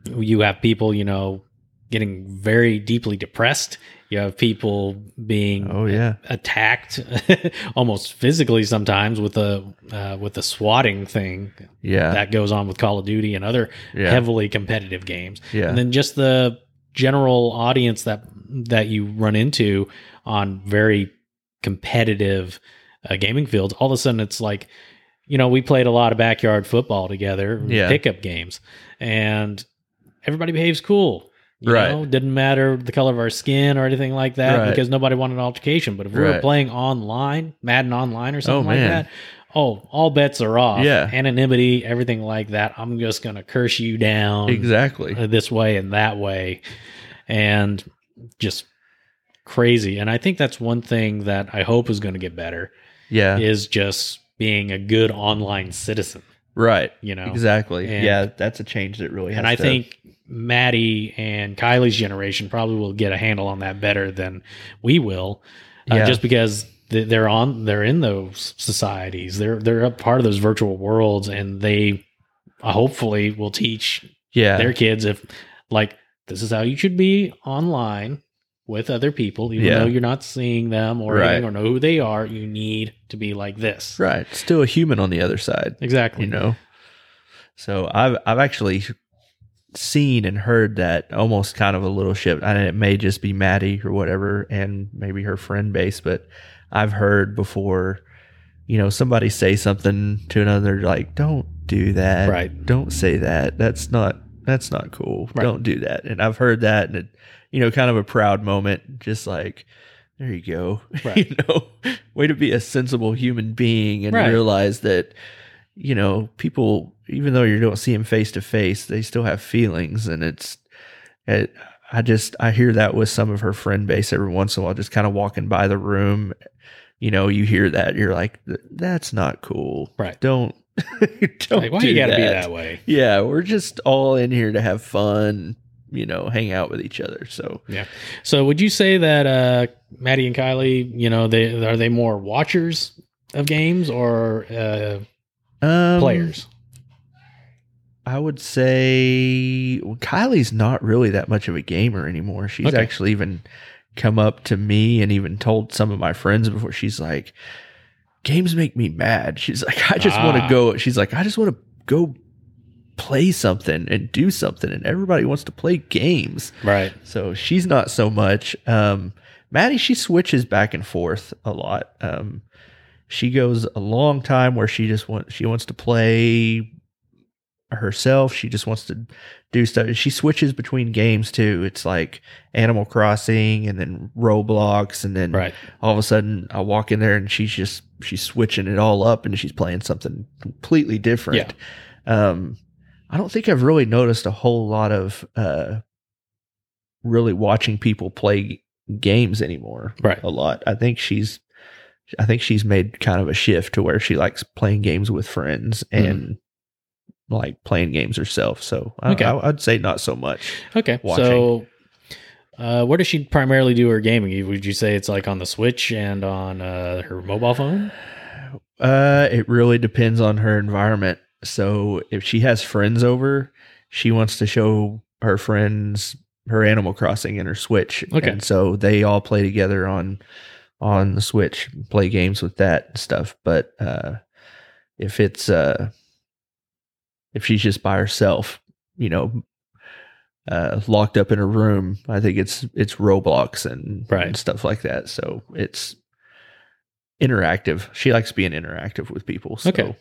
you have people, you know, getting very deeply depressed. You have people being
Oh yeah.
attacked (laughs) almost physically sometimes with a uh, with the swatting thing
Yeah.
that goes on with Call of Duty and other
yeah.
heavily competitive games.
yeah.
And then just the general audience that that you run into on very competitive uh, gaming fields, all of a sudden it's like, you know, we played a lot of backyard football together,
Yeah.
pickup games, and everybody behaves cool. You
Right.
know, didn't matter the color of our skin or anything like that
Right.
because nobody wanted an altercation. But if we were
Right.
playing online, Madden Online or something like
man.
that, oh, all bets are off.
Yeah.
Anonymity, everything like that. I'm just going to curse you down
exactly.
uh, this way and that way and just crazy and i think that's one thing that i hope is going to get better
yeah.
is just being a good online citizen
Right.
you know
Exactly.
And-
yeah, that's a change that really. Has
and i
to-
think maddie and kylie's generation probably will get a handle on that better than we will uh,
Yeah.
just because th- they're on they're in those societies they're they're a part of those virtual worlds and they uh, hopefully will teach
yeah,
their kids if like this is how you should be online with other people even
Yeah.
though you're not seeing them or
Right.
anything or know who they are you need to be like this
right. Still a human on the other side,
exactly
you know. So I've I've actually seen and heard that almost kind of a little shift, and it may just be Maddie or whatever, and maybe her friend base, but I've heard before, you know, somebody say something to another like, "Don't do that," (laughs)
Right.
Don't say that. That's not that's not cool.
Right.
Don't do that. And I've heard that, and it, you know, kind of a proud moment, just like. There you go.
Right.
(laughs) you know, way to be a sensible human being and
Right.
realize that, you know, people, even though you don't see them face to face, they still have feelings. And it's, it, I just, I hear that with some of her friend base every once in a while, just kind of walking by the room. You know, you hear that, you're like, "Th- that's not cool.
Right.
Don't, (laughs) don't
like why
do
you gotta
that.
be that way
Yeah. We're just all in here to have fun, you know, hang out with each other. So,
so would you say that uh maddie and kylie you know they are they more watchers of games or uh
um,
players
I would say well, Kylie's not really that much of a gamer anymore. She's
Okay.
actually even come up to me and even told some of my friends before. She's like, "Games make me mad." She's like, "I just want
Ah.
to go." She's like, "I just want to go play something and do something." And everybody wants to play games,
right
so she's not so much. Um, Maddie, she switches back and forth a lot. Um, she goes a long time where she just wants she wants to play herself. She just wants to do stuff. She switches between games too. It's like Animal Crossing and then Roblox and then
Right.
all of a sudden I walk in there and she's just she's switching it all up and she's playing something completely different. Um I don't think I've really noticed a whole lot of uh really watching people play g- games anymore
Right.
a lot. I think she's I think she's made kind of a shift to where she likes playing games with friends
Mm-hmm.
and like playing games herself. So I,
Okay.
I, would say not so much.
Okay.
Watching.
So, uh, where does she primarily do her gaming? Would you say it's like on the Switch and on uh, her mobile phone?
Uh, it really depends on her environment. So if she has friends over, she wants to show her friends her Animal Crossing and her Switch.
Okay.
And so they all play together on on the Switch, play games with that and stuff. But uh if it's uh if she's just by herself, you know, uh locked up in her room, I think it's it's Roblox and,
Right.
and stuff like that. So it's interactive. She likes being interactive with people. So
Okay.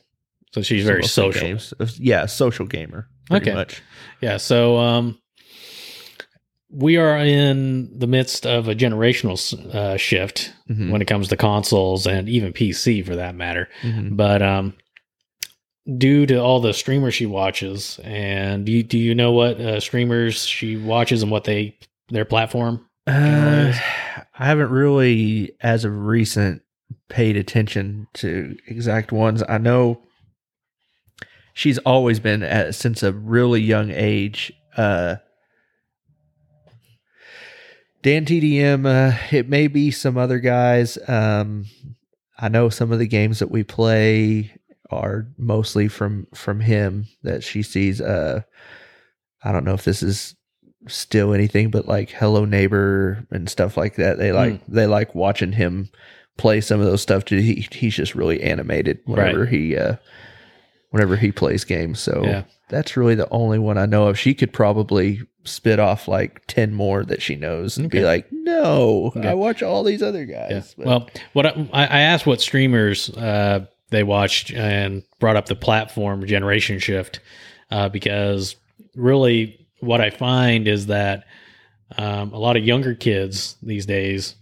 So she's
so
very
mostly
social.
Games. Yeah, social gamer. Pretty
Okay.
Much.
Yeah. So, um, we are in the midst of a generational uh, shift
Mhm.
when it comes to consoles and even PC for that matter.
Mhm.
But um, due to all the streamers she watches, and do you, do you know what uh, streamers she watches and what they their platform?
Uh, I haven't really, as of recent, paid attention to exact ones. I know she's always been at since a really young age. Uh, Dan TDM. Uh, it may be some other guys. Um, I know some of the games that we play are mostly from from him that she sees. Uh, I don't know if this is still anything but like hello neighbor and stuff like that they like
Hmm.
they like watching him play some of those stuff too he, he's just really animated whenever he uh whenever he plays games so
Yeah.
that's really the only one i know of she could probably spit off like 10 more that she knows and be
Okay.
like no
Okay.
i watch all these other
Yeah.
guys But-
Well, what I, I I asked what streamers uh, they watched and brought up the platform generation shift uh, because really what I find is that um, a lot of younger kids these days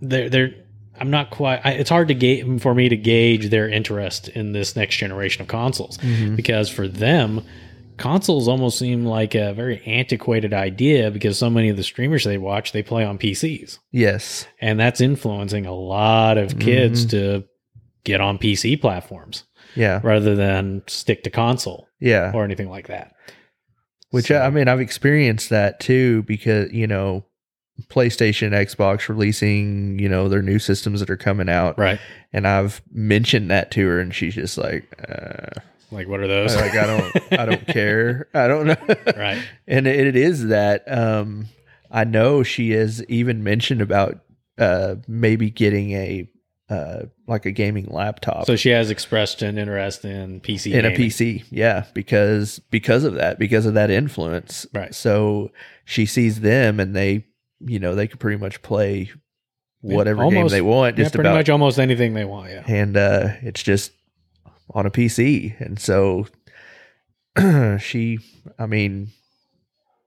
they're they're I'm not quite. I, it's hard to ga- for me to gauge their interest in this next generation of consoles
Mhm.
because for them consoles almost seem like a very antiquated idea because so many of the streamers they watch they play on PCs
yes
and that's influencing a lot of
Mm-hmm.
kids to get on PC platforms
yeah
rather than stick to console
yeah
or anything like that.
Which uh,
So-
I mean, I've experienced that too because you know, PlayStation, Xbox releasing you know their new systems that are coming out,
right?
and I've mentioned that to her, and she's just like, uh,
Like, what are (laughs) those?
like I don't, I
(laughs)
don't care, I don't know,
right?
(laughs) and it, it is that. Um, I know she has even mentioned about uh maybe getting a uh like a gaming laptop.
So she has expressed an interest in PC
in a
gaming.
PC, yeah, because because of that, because of that influence,
Right.
So she sees them, and they, you know, they can pretty much play
Yeah,
whatever game
almost.
they want,
Yeah,
just
pretty
about,
much almost anything they want. Yeah,
and uh, it's just on a PC, and so (clears throat) she, I mean,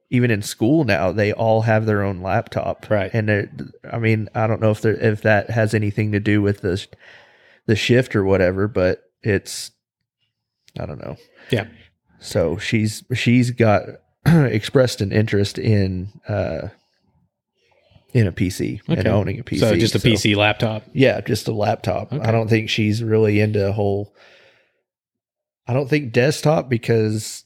even in school now, they all have their own laptop,
Right.
And it, I mean, I don't know if there, if that has anything to do with the the shift or whatever, but it's, I don't know.
Yeah.
So she's she's got (clears throat) expressed an interest in uh in a PC and
Okay.
owning a PC.
so just a PC laptop.
Yeah, just a laptop.
Okay.
I don't think she's really into a whole. I don't think desktop because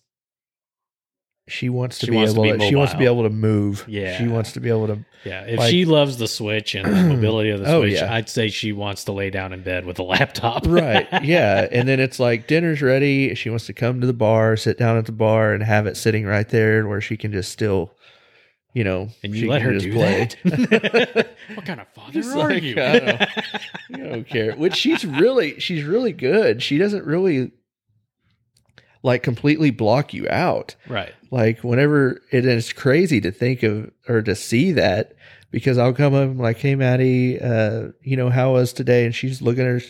she wants to
She
be
wants to
able.
be
To she wants to be
mobile.
able to move.
Yeah.
she wants to be
(laughs)
able to.
Yeah, if
Like-
she loves the Switch and
(clears throat)
the mobility of the
Oh,
Switch,
yeah.
I'd say she wants to lay down in bed with a (laughs) laptop.
Right. Yeah, and then it's like dinner's ready. She wants to come to the bar, sit down at the bar, and have it sitting right there where she can just still, you know,
(laughs) and
she
you let
can
her
just
do that. (laughs) what kind of father
Just
are
like,
you?
I don't know. (laughs) I don't care. Which she's really she's really good. She doesn't really like completely block you out.
(laughs) right.
Like whenever it is crazy to think of or to see that because I'll come up and like, hey Maddie, uh, you know, how was today? And she's looking at her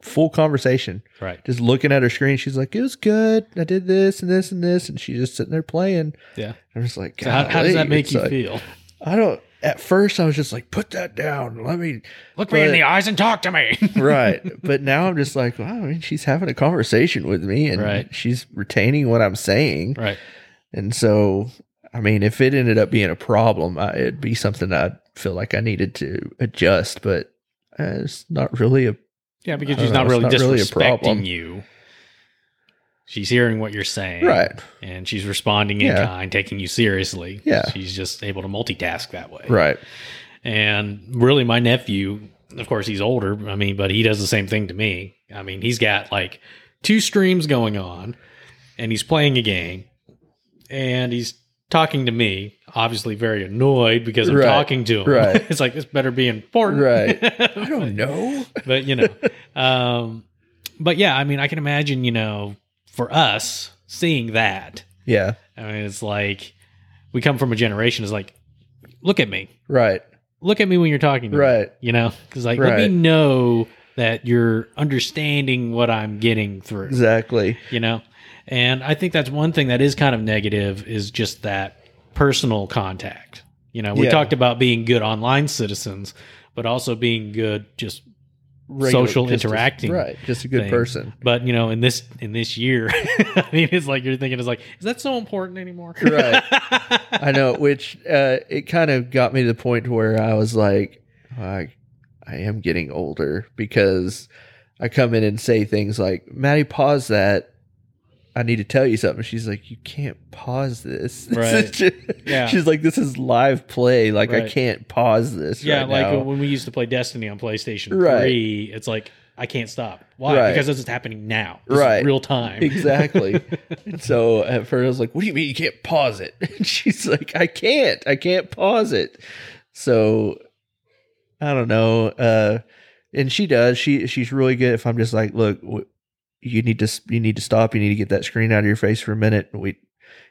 full conversation,
Right.
just looking at her screen. She's like, "It was good. I did this and this and this," and she's just sitting there playing.
Yeah.
I'm just like,
So how, how does that
"Golly."
make
It's
you
like-
feel?
I don't. At first, I was just like, "Put that down. Let me."
Look
but-
eyes and talk to me. (laughs)
right. But now I'm just like, wow, I mean, she's having a conversation with me and
Right.
she's retaining what I'm saying.
right.
And so, I mean, if it ended up being a problem, I, it'd be something I feel like I needed to adjust, but uh, it's not really a
Yeah, because
I
she's not
don't know,
really
it's not really a
disrespecting
problem.
you. She's hearing what you're saying.
right.
And she's responding in
Yeah.
kind, taking you seriously.
Yeah.
She's just able to multitask that way.
Right.
And really, my nephew, of course, he's older. I mean, but he does the same thing to me. I mean, he's got like two streams going on, and he's playing a game, and he's talking to me, obviously very annoyed because I'm
Right,
talking to him.
right.
(laughs) it's like this better be important,
Right.
I
I don't know.
(laughs) but you know, um, but yeah, I mean, I can imagine, you know, for us seeing that,
(laughs) Yeah.
I mean, it's like we come from a generation is like, look at me,
Right.
look at me when you're talking to me.
Right.
You know, because like, let me
Right.
know that you're understanding what I'm getting through,
Exactly.
you know? And I think that's one thing that is kind of negative is just that personal contact. You know, we
Yeah.
talked about being good online citizens, but also being good just Social
just a-
interacting
right. Just a good
thing.
person.
But you know, in this in this year, (laughs) I mean, it's like you're thinking, it's like, is that so important anymore? (laughs)
Right. I know, which uh, it kind of got me to the point where I was like, I, I am getting older because I come in and say things like, Maddie, pause that. I need to tell you something. She's like, you can't pause this. (laughs) This is
Right.
ju-
Yeah.
She's like, this is live play. Like, I
Right.
can't pause this.
yeah,
right
like
now.
when we used to play Destiny on PlayStation
Right.
Three, it's like I can't stop. Why?
Right.
Because this is happening now. This is
Right.
real time. (laughs)
exactly. And so at first I was like, "What do you mean you can't pause it?" (laughs) And she's like, "I can't. I can't pause it." So I don't know. Uh, and she does. She she's really good. If I'm just like, "Look, w- you need to s- you need to stop. You need to get that screen out of your face for a minute." And we,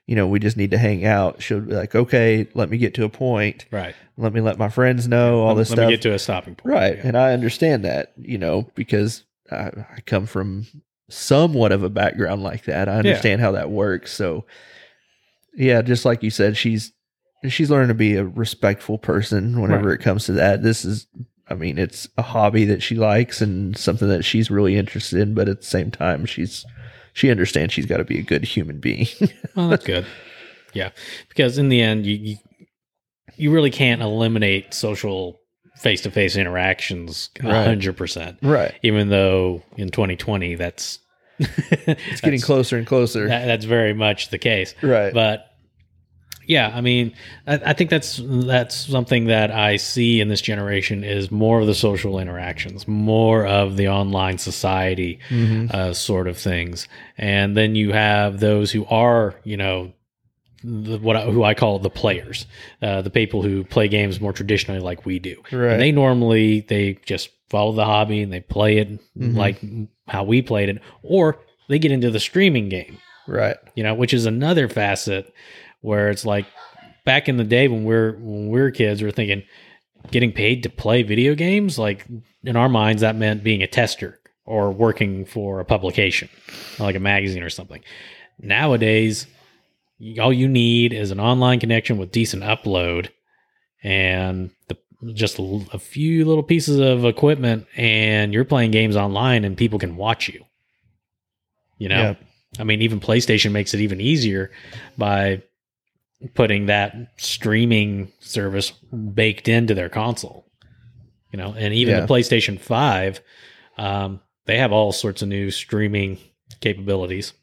you know, we just need to hang out. She'll be like, "Okay, let me get to a point.
Right.
Let me let my friends know all
let,
this
let
stuff."
me get to a stopping point.
Right.
Yeah.
And I understand that, you know, because I, I come from somewhat of a background like that. I understand how that works. So, yeah, just like you said, she's she's learned to be a respectful person whenever it comes to that. This is, I mean, it's a hobby that she likes and something that she's really interested in. But at the same time, she's she understands she's got to be a good human being. (laughs)
Well, that's good. Yeah, because in the end, you you, you really can't eliminate social face to face interactions
Right.
hundred percent.
right.
Even though in 2020, that's (laughs)
It's getting closer and closer.
That, that's very much the case.
right.
But yeah, I mean, I, I think that's that's something that I see in this generation is more of the social interactions, more of the online society
Mhm.
uh, sort of things, and then you have those who are, you know. The, what I, who I call the players, uh, the people who play games more traditionally like we do.
Right.
And they normally they just follow the hobby and they play it
Mhm.
like how we played it, or they get into the streaming game
right.
you know, which is another facet where it's like back in the day when we're when we were kids, we are thinking getting paid to play video games. Like in our minds, that meant being a tester or working for a publication, like a magazine or something. Nowadays, you- all you need is an online connection with decent upload and the just a l- a few little pieces of equipment and you're playing games online and people can watch you you know
Yeah.
I mean, even PlayStation makes it even easier by putting that streaming service baked into their console. You know, and even
Yeah.
the PlayStation Five, um, they have all sorts of new streaming capabilities.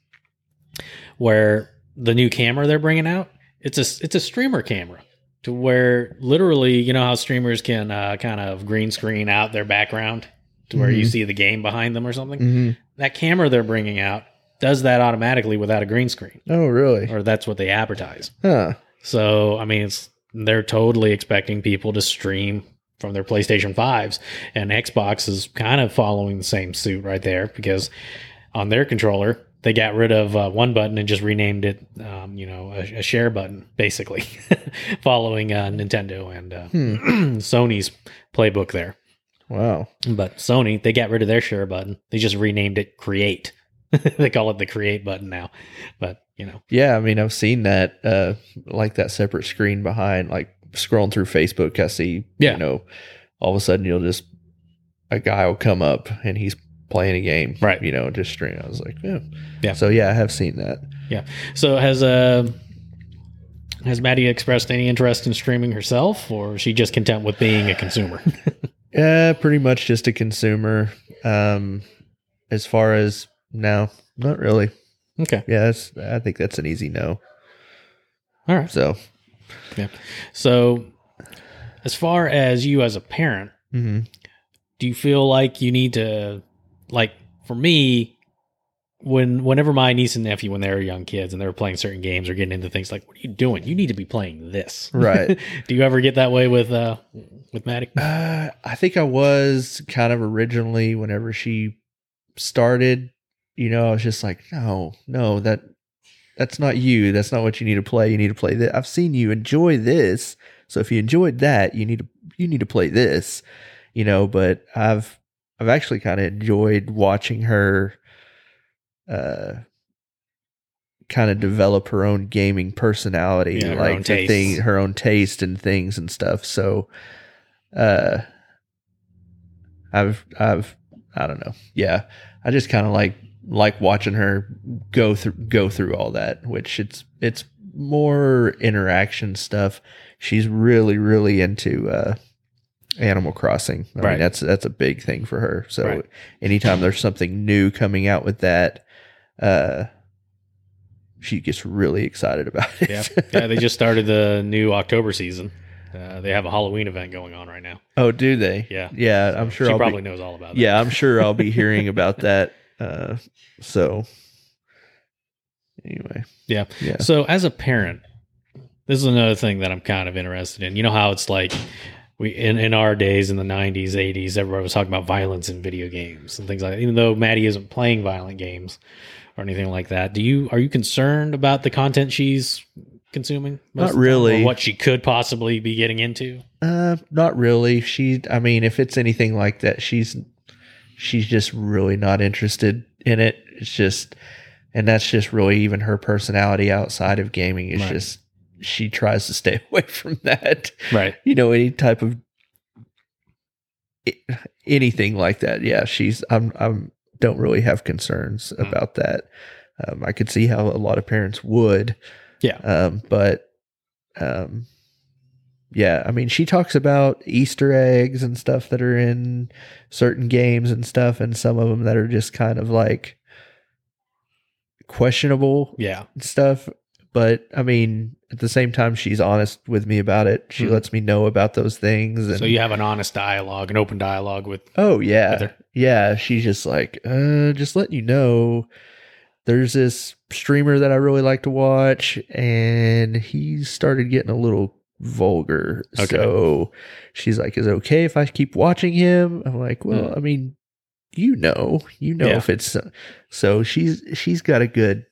Where the new camera they're bringing out, it's a it's a streamer camera to where literally, you know how streamers can uh, kind of green screen out their background to where you
Mhm.
see the game behind them or something
hmm
that camera they're bringing out does that automatically without a green screen,
Oh, really?
or that's what they advertise.
Huh.
So, I mean, it's, they're totally expecting people to stream from their PlayStation 5s, and Xbox is kind of following the same suit right there because on their controller, they got rid of uh, one button and just renamed it, um, you know, a, a share button, basically, (laughs) following uh, Nintendo and uh,
Hmm.
Sony's playbook there.
Wow.
But Sony, they got rid of their share button. They just renamed it Create. (laughs) they call it the Create button now. But, you know,
Yeah, I mean, I've seen that, uh, like that separate screen behind, like scrolling through Facebook. I see,
Yeah.
you know, all of a sudden you'll just a guy will come up and he's playing a game,
Right.
You know, just stream. I was like, yeah,
Yeah.
So yeah, I have seen that.
so has uh has Maddie expressed any interest in streaming herself or is she just content with being a consumer?
Yeah, pretty much just a consumer. Um, as far as no, not really.
okay.
Yeah, that's, I think that's an easy no.
All right.
So,
So as far as you as a parent,
mhm.
do you feel like you need to like for me when whenever my niece and nephew when they were young kids and they were playing certain games or getting into things like what are you doing you need to be playing this
Right.
(laughs) do you ever get that way with uh with maddie
Uh, I think I was kind of originally whenever she started, you know, I was just like, no, no, that that's not you. That's not what you need to play. You need to play this. I've seen you enjoy this. So if you enjoyed that, you need to you need to play this, you know, but I've I've actually kind of enjoyed watching her uh kind of develop her own gaming personality,
Yeah, her
like
own
the thing,
tastes.
her own taste and things and stuff. So uh I've I've I don't know. Yeah. I just kind of like like watching her go through go through all that, which it's it's more interaction stuff. She's really really into uh Animal Crossing. I
Right.
mean that's that's a big thing for her. So
Right.
anytime there's something new coming out with that uh she gets really excited about it.
yeah yeah they just started the new october season uh, they have a halloween event going on right now
(laughs) oh, do they?
yeah
Yeah, I'm sure
she
I'll be-
probably knows all about that.
yeah, I'm sure I'll
(laughs)
be hearing about that. Uh, so anyway,
Yeah.
yeah,
So as a parent, this is another thing that I'm kind of interested in. You know how it's like we in, in our days in the 90s, 80s, everybody was talking about violence in video games and things like that. Even though Maddie isn't playing violent games or anything like that, do you are you concerned about the content she's consuming?
Not
of the time,
really.
or what she could possibly be getting into.
uh, not really. She, I mean, if it's anything like that, she's she's just really not interested in it. It's just, and that's just really even her personality outside of gaming is
Right.
just she tries to stay (laughs) away from that.
Right.
you know any type of i- anything like that yeah she's i'm i'm don't really have concerns
Mm.
about that um, i could see how a lot of parents would
Yeah.
um but um yeah i mean she talks about easter eggs and stuff that are in certain games and stuff and some of them that are just kind of like questionable
Yeah.
stuff. But I mean, at the same time, she's honest with me about it. She
Mhm.
lets me know about those things. And,
So you have an honest dialogue, an open dialogue with
oh
with
yeah,
her.
yeah. She's just like, uh, just letting you know. There's this streamer that I really like to watch, and he started getting a little vulgar.
Okay.
So she's like, "Is it okay if I keep watching him?" I'm like, "Well, I mean, you know, you know
Hmm. Yeah.
if it's so she's she's got a good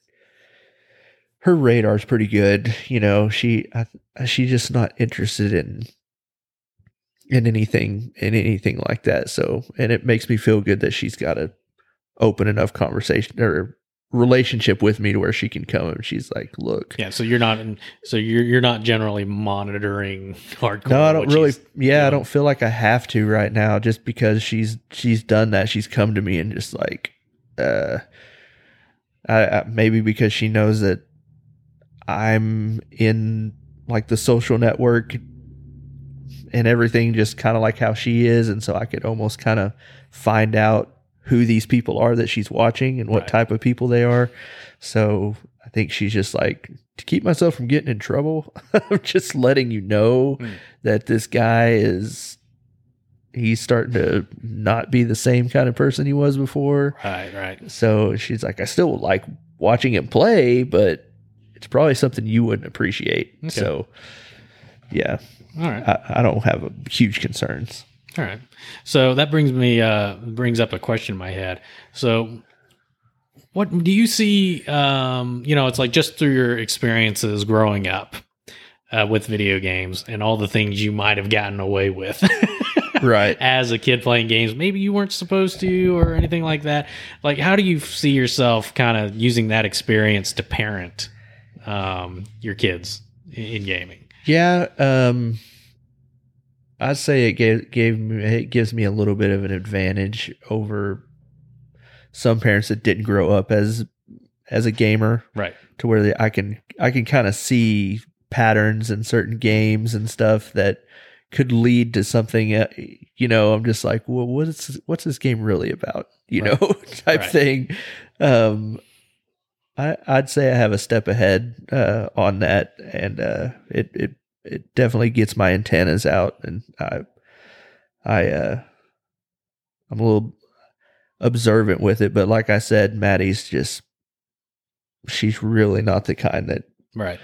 her radar's pretty good. You know, she I, she's just not interested in in anything in anything like that. So, and it makes me feel good that she's got a open enough conversation or relationship with me to where she can come and she's like, "Look,
Yeah, so you're not in, so you're you're not generally monitoring (laughs) hardcore.
no, I don't
what
really.
she's-
Yeah,
doing.
I don't feel like I have to right now, just because she's she's done that. She's come to me and just like, uh, I, I maybe because she knows that I'm in like the social network and everything, just kind of like how she is, and so I could almost kind of find out who these people are that she's watching and what
Right.
type of people they are. So I think she's just like to keep myself from getting in trouble. (laughs) I'm just letting you know
Mm.
that this guy is he's starting to not be the same kind of person he was before.
Right, right.
So she's like, I still like watching him play, but it's probably something you wouldn't appreciate.
Okay.
So yeah,
All right.
I, I don't have a huge concerns.
All right. So that brings me uh, brings up a question in my head. So, what do you see? Um, you know, it's like just through your experiences growing up uh, with (laughs) video games and all the things you might have gotten away with.
right.
as a kid playing games maybe you weren't supposed to or anything like that like how do you see yourself kind of using that experience to parent um, your kids i- in gaming
Yeah, um, I'd say it gave gave me it gives me a little bit of an advantage over some parents that didn't grow up as as a gamer,
right
to where they, I can I can kind of see patterns in certain games and stuff that could lead to something. uh, You know, I'm just like, well, what's what's this game really about? (laughs) You
Right.
know, type
Right.
thing. Um, I I'd say I have a step ahead uh, on that, and uh, it it it definitely gets my antennas out, and I I uh, I'm a little observant with it, but like I said, Maddie's just she's really not the kind that
right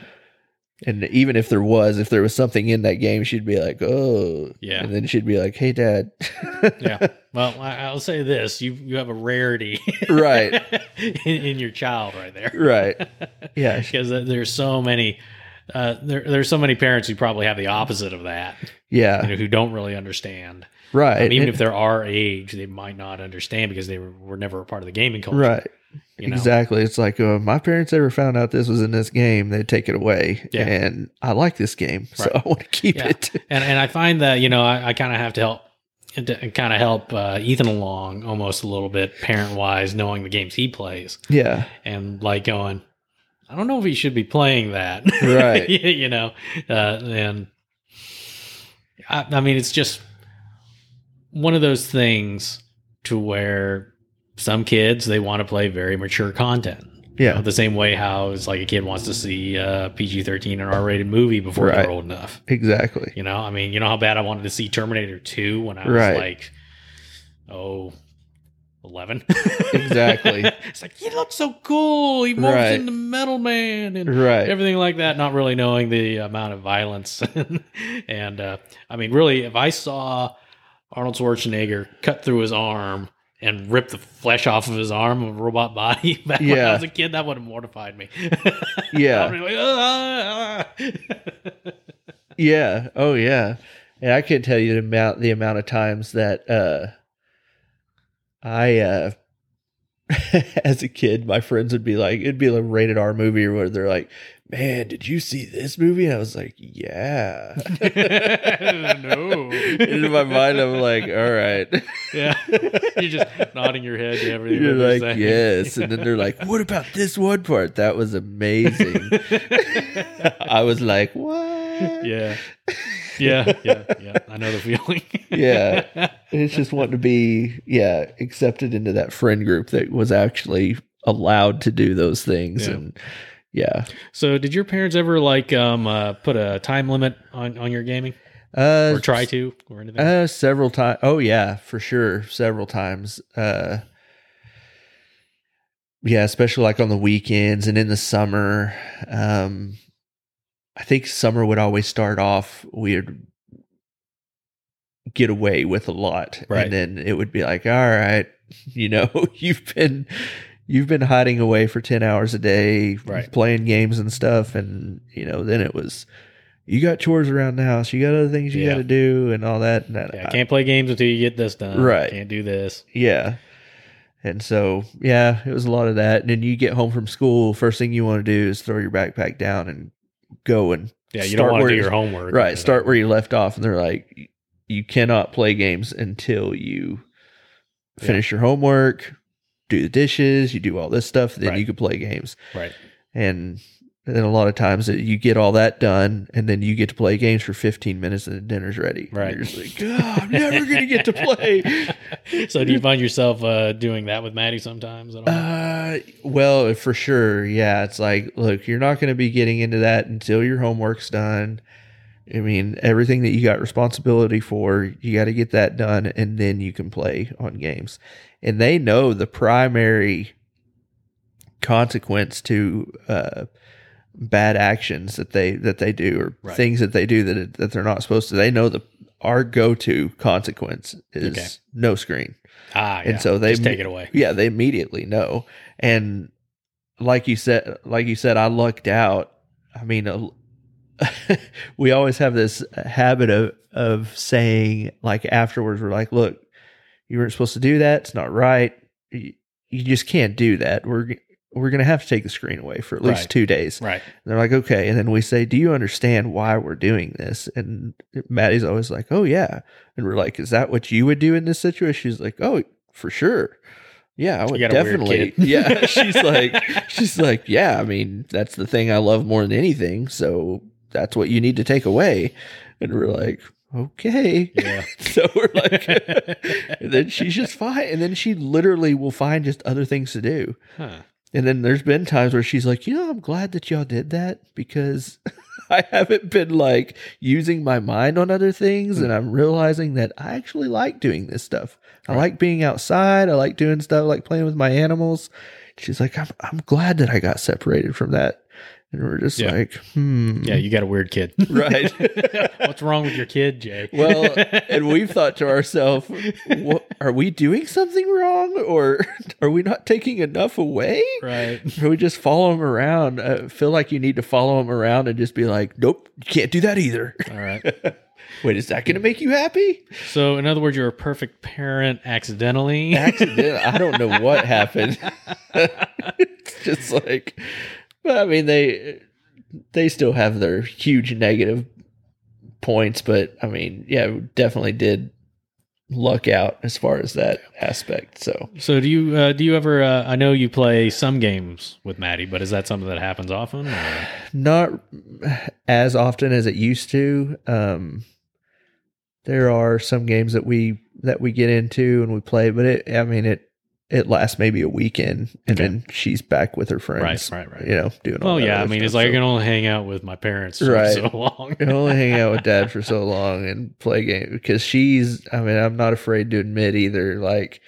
and even if there was, if there was something in that game, she'd be like, "Oh,
Yeah.
and then she'd be like, "Hey, Dad."
Yeah. well I, i'll say this you you have a rarity
(laughs)
(laughs)
Right.
in, in your child right there
Right. Yeah.
because there's so many uh, there, there's so many parents who probably have the opposite of that you
Yeah.
know, who don't really understand
Right.
I mean, even
And-
if they're our age, they might not understand because they were, were never a part of the gaming culture.
right.
you know?
Exactly. It's like uh, my parents ever found out this was in this game, they'd take it away.
Yeah.
And I like this game, so I want to keep
Yeah.
it. (laughs)
And and I find that you know I, I kind of have to help to kind of help uh, Ethan along almost a little bit parent wise, knowing the games he plays
yeah.
and like going, I don't know if he should be playing that,
Right.
you, (laughs) you know, uh, and I, I mean it's just one of those things to where some kids they want to play very mature content. You know,
Yeah.
the same way how it's like a kid wants to see uh, PG thirteen and R rated movie before
Right.
they're old enough.
Exactly.
You know, I mean, you know how bad I wanted to see Terminator two when I was
Right.
like, oh. 11
(laughs) Exactly.
(laughs) it's like he looks so cool he morphs
Right.
into metal man and
Right.
everything like that not really knowing the amount of violence (laughs) and uh, i mean really if i saw arnold schwarzenegger cut through his arm and rip the flesh off of his arm of a robot body (laughs) back when i
Yeah.
was a kid that would have mortified me (laughs) I'd
Yeah.
be like, "Ah, ah." (laughs)
Yeah. Oh, yeah. And I could tell you the amount the amount of times that uh, I, uh, (laughs) as a kid, my friends would be like, it'd be a rated R movie where they're like, "Man, did you see this movie?" And I was like, "Yeah."
(laughs)
(laughs)
No.
In my mind, I'm like, "All right."
(laughs) yeah you're just nodding your head to everything
You're
that they're
like,
saying.
"Yes," and then
(laughs)
they're like, "What about this one part? That was amazing."
(laughs)
I was like, "What?"
yeah yeah yeah yeah i know the feeling (laughs)
Yeah. And it's just wanting to be yeah accepted into that friend group that was actually allowed to do those things
Yeah.
and yeah
so did your parents ever like um uh, put a time limit on on your gaming
uh
or try to or anything
uh several times oh yeah for sure several times uh yeah especially like on the weekends and in the summer um i think summer would always start off we'd get away with a lot
Right.
and then it would be like all right (laughs) you know you've been you've been hiding away for 10 hours a day
Right.
playing games and stuff and you know then it was you got chores around the house you got other things you
Yeah.
got to do and all that and that
yeah can't play games until you get this done
Right.
can't do this
yeah. And so, yeah, it was a lot of that. And then you get home from school, first thing you want to do is throw your backpack down and go and
yeah you don't
Start
want to do
where-
your homework
right, start where you left off. And they're like, you cannot play games until you
Yeah.
finish your homework, do the dishes, you do all this stuff, then
Right.
you can play games.
right
And then a lot of times that you get all that done, and then you get to play games for 15 minutes, and then dinner's ready. And
Right.
You're just like, oh, I'm never going to
(laughs)
get to play.
(laughs) so do you find yourself uh doing that with maddie sometimes at all?
Uh, well, for sure. Yeah. It's like, look, you're not going to be getting into that until your homework's done. I mean, everything that you got responsibility for, you got to get that done and then you can play on games. And they know the primary consequence to, uh, bad actions that they that they do or
Right.
things that they do that that they're not supposed to they know the our go-to consequence is
Okay.
no screen
ah yeah.
and so they
just take it away
yeah they immediately know and like you said like you said i lucked out i mean a, (laughs) we always have this habit of of saying like afterwards we're like look you weren't supposed to do that it's not right you, you just can't do that we're g- we're gonna have to take the screen away for at least
Right.
two days
Right.
and they're like okay and then we say do you understand why we're doing this and maddie's always like oh yeah and we're like is that what you would do in this situation she's like oh for sure yeah, I would
got a weird
definitely.
kid. (laughs)
(laughs) Yeah, she's like, she's like, yeah, I mean, that's the thing I love more than anything. So that's what you need to take away. And we're like, okay. (laughs)
Yeah.
So we're like, (laughs) and then she's just fine. And then she literally will find just other things to do.
(laughs) Huh.
And then there's been times where she's like, you know, I'm glad that y'all did that because (laughs) I haven't been like using my mind on other things. And I'm realizing that I actually like doing this stuff. I
Right.
like being outside. I like doing stuff, I like playing with my animals. She's like, I'm, I'm glad that I got separated from that. And we're just
Yeah.
like, hmm. (laughs)
Yeah, you got a weird kid.
Right.
(laughs) What's wrong with your kid, Jay?
Well, and we've thought to ourselves, "What- are we doing something wrong or (laughs) are we not taking enough away?
(laughs) right.
Or we just follow him around. Uh, feel like you need to follow him around and just be like, nope, you can't do that either. (laughs)
All right.
Wait, is that going to make you happy?
So, in other words, you're a perfect parent accidentally.
(laughs) Accident. I don't know what happened. (laughs) it's just like, but I mean, they they still have their huge negative points, but I mean, yeah, we definitely did luck out as far as that aspect. So
So, do you uh, do you ever? Uh, I know you play some games with Maddie, but is that something that happens often? or-
not as often as it used to. Um, there are some games that we that we get into and we play, but it I mean it it lasts maybe a weekend and
Okay.
then she's back with her
Right.
friends.
Right. Right.
You know, doing all
Well,
that
yeah.
other
I mean, it's
stuff,
like
so-
I can only hang out with my parents for
Right.
so
(laughs)
long.
I only hang out with dad for so long and play game because she's I mean I'm not afraid to admit either like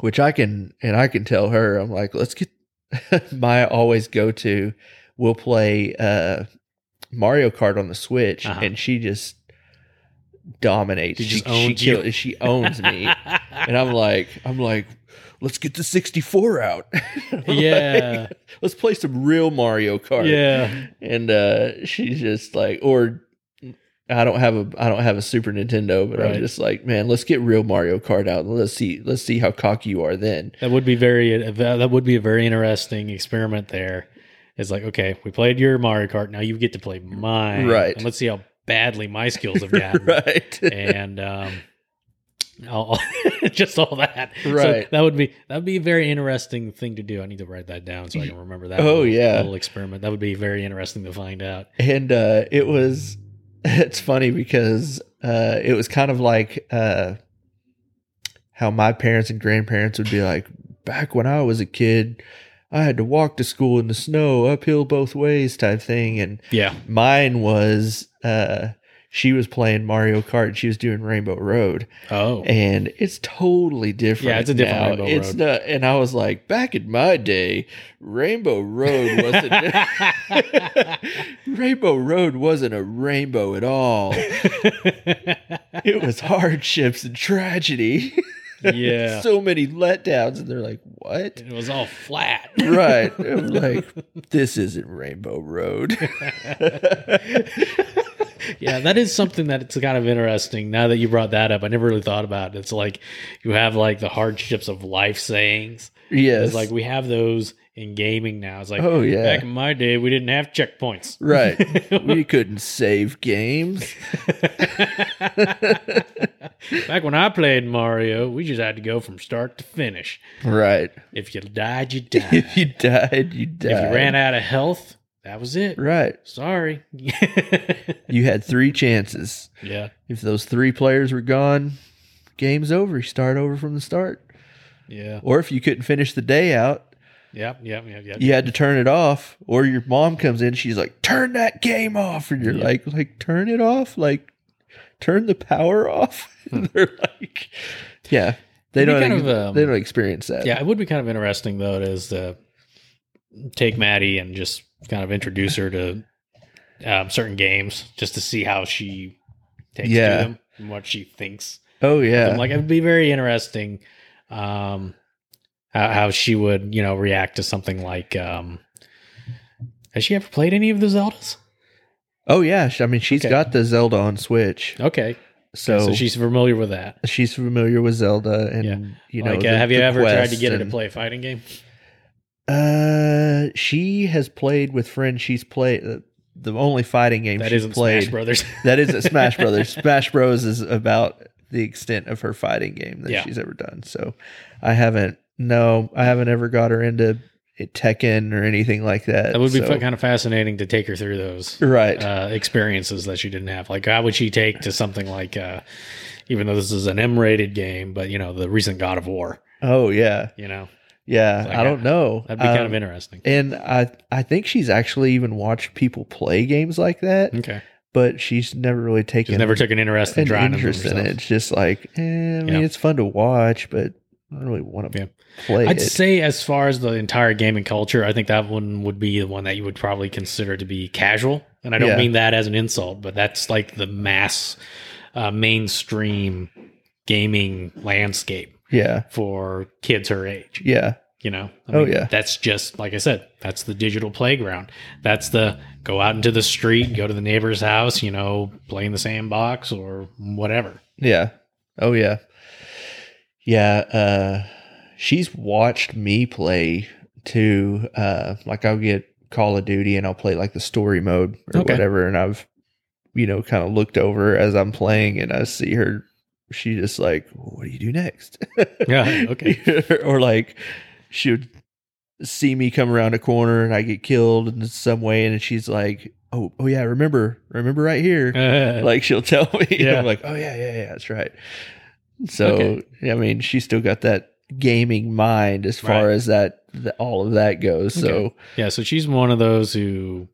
which I can and I can tell her I'm like let's get (laughs) my always go to we'll play uh Mario Kart on the Switch
Uh-huh.
and she just dominates
She just
she,
owns you.
kills- she owns me and I'm like I'm like let's get the 64 out (laughs) I'm like,
yeah.
let's play some real Mario Kart
Yeah.
and uh she's just like or I don't have a I don't have a Super Nintendo, but
Right.
I'm just like, man, let's get real Mario Kart out and let's see let's see how cocky you are then.
That would be very. uh, That that would be a very interesting experiment. There, it's like okay, we played your Mario Kart. Now you get to play mine.
Right.
And let's see how badly my skills have gotten.
(laughs) right.
and um, all, (laughs) just all that. So
Right.
that would be that would be a very interesting thing to do. I need to write that down so I can remember that.
Oh,
little-
yeah.
little experiment. That would be very interesting to find out.
and uh it was (laughs) it's funny because uh it was kind of like uh how my parents and grandparents would be like back when I was a kid I had to walk to school in the snow uphill both ways type thing and
Yeah.
mine was uh she was playing Mario Kart. She was doing Rainbow Road,
Oh.
and it's totally different.
Yeah, it's a different
now.
Rainbow
it's
Road.
Not, and I was like, back in my day, Rainbow Road wasn't. (laughs) Rainbow Road wasn't a rainbow at all. It was hardships and tragedy.
(laughs)
(laughs)
yeah.
so many letdowns, and they're like, what?
it was all flat.
Right. I'm like, this isn't Rainbow Road. (laughs)
Yeah, that is something that's kind of interesting. Now that you brought that up, I never really thought about it. It's like you have like the hardships of life sayings.
yes.
It's like we have those in gaming now. It's like
oh, yeah.
back in my day, we didn't have checkpoints. (laughs)
(laughs) Right. we couldn't save games.
Back when I played Mario, we just had to go from start to finish.
Right.
If you died, you died.
(laughs) If you died, you died.
If you ran out of health, that was it.
Right. (laughs)
Sorry. (laughs)
You had three chances.
yeah.
If those three players were gone, game's over. You start over from the start.
Yeah.
Or if you couldn't finish the day out,
Yep. Yep. Yep. Yep.
you had to turn it off. Or your mom comes in, she's like, "Turn that game off," and you're
Yeah.
like, "Like turn it off, like turn the power off." (laughs) and they're like, "Yeah, they
Hmm. It'd
don't.
be
ex-
kind of, um,
they don't experience that."
Yeah. It would be kind of interesting, though, is to take Maddie and just kind of introduce her to um, certain games just to see how she takes
Yeah.
to them and what she thinks
Oh yeah.
I'm like, it would be very interesting um, how, how she would, you know, react to something like. Um, has she ever played any of the Zeldas?
Oh yeah, sh- I mean she's
Okay.
got the Zelda on Switch,
Okay.
so,
so she's familiar with that.
she's familiar with Zelda, and
Yeah.
you know,
like, uh,
the-
have you
the
ever tried to
quests
get her to
and-
play a fighting game?
Uh, she has played with friends. She's played uh, the only fighting game
That
she's
isn't
played.
Smash Brothers.
(laughs)
(laughs)
That isn't Smash Brothers. Smash Bros is about the extent of her fighting game that
Yeah.
she's ever done. So I haven't. No, I haven't ever got her into it, Tekken or anything like that.
that would be
so-
kind of fascinating to take her through those
Right.
uh, experiences that she didn't have. Like, how would she take to something like, uh, even though this is an M-rated game, but you know, the recent God of War.
oh yeah,
You know,
yeah.
Like,
I don't
uh,
know.
that'd be kind
Um,
of interesting.
And I, I think she's actually even watched people play games like that,
Okay,
but she's never really taken
just never took an interest in
an
drawing
interest in
them
it.
herself.
It's just like, eh, I mean,
Yeah.
it's fun to watch, but I don't really want to
Yeah.
play
I'd
it.
say, as far as the entire gaming culture, I think that one would be the one that you would probably consider to be casual. And I don't
Yeah.
mean that as an insult, but that's like the mass uh, mainstream gaming landscape
yeah,
for kids her age.
yeah,
You know, I
Oh, yeah.
that's just like I said, that's the digital playground. That's the go out into the street, go to the neighbor's house, you know, play in the sandbox or
(laughs)
whatever.
yeah. Oh yeah, yeah. Uh, she's watched me play too. Uh, like I'll get Call of Duty and I'll play like the story mode or
Okay.
whatever, and I've you know kind of looked over as I'm playing and I see her. She just like, what do you do next?
Yeah, (laughs) okay.
(laughs) or like she would see me come around a corner and I get killed in some way, and she's like, "Oh, oh yeah, remember, remember right here."
Uh,
like she'll tell me, (laughs)
Yeah.
I'm like, "Oh yeah, yeah, yeah, that's right." So
Okay.
I mean, she's still got that gaming mind as far
Right.
as that, th- all of that goes. So
Yeah, so she's one of those who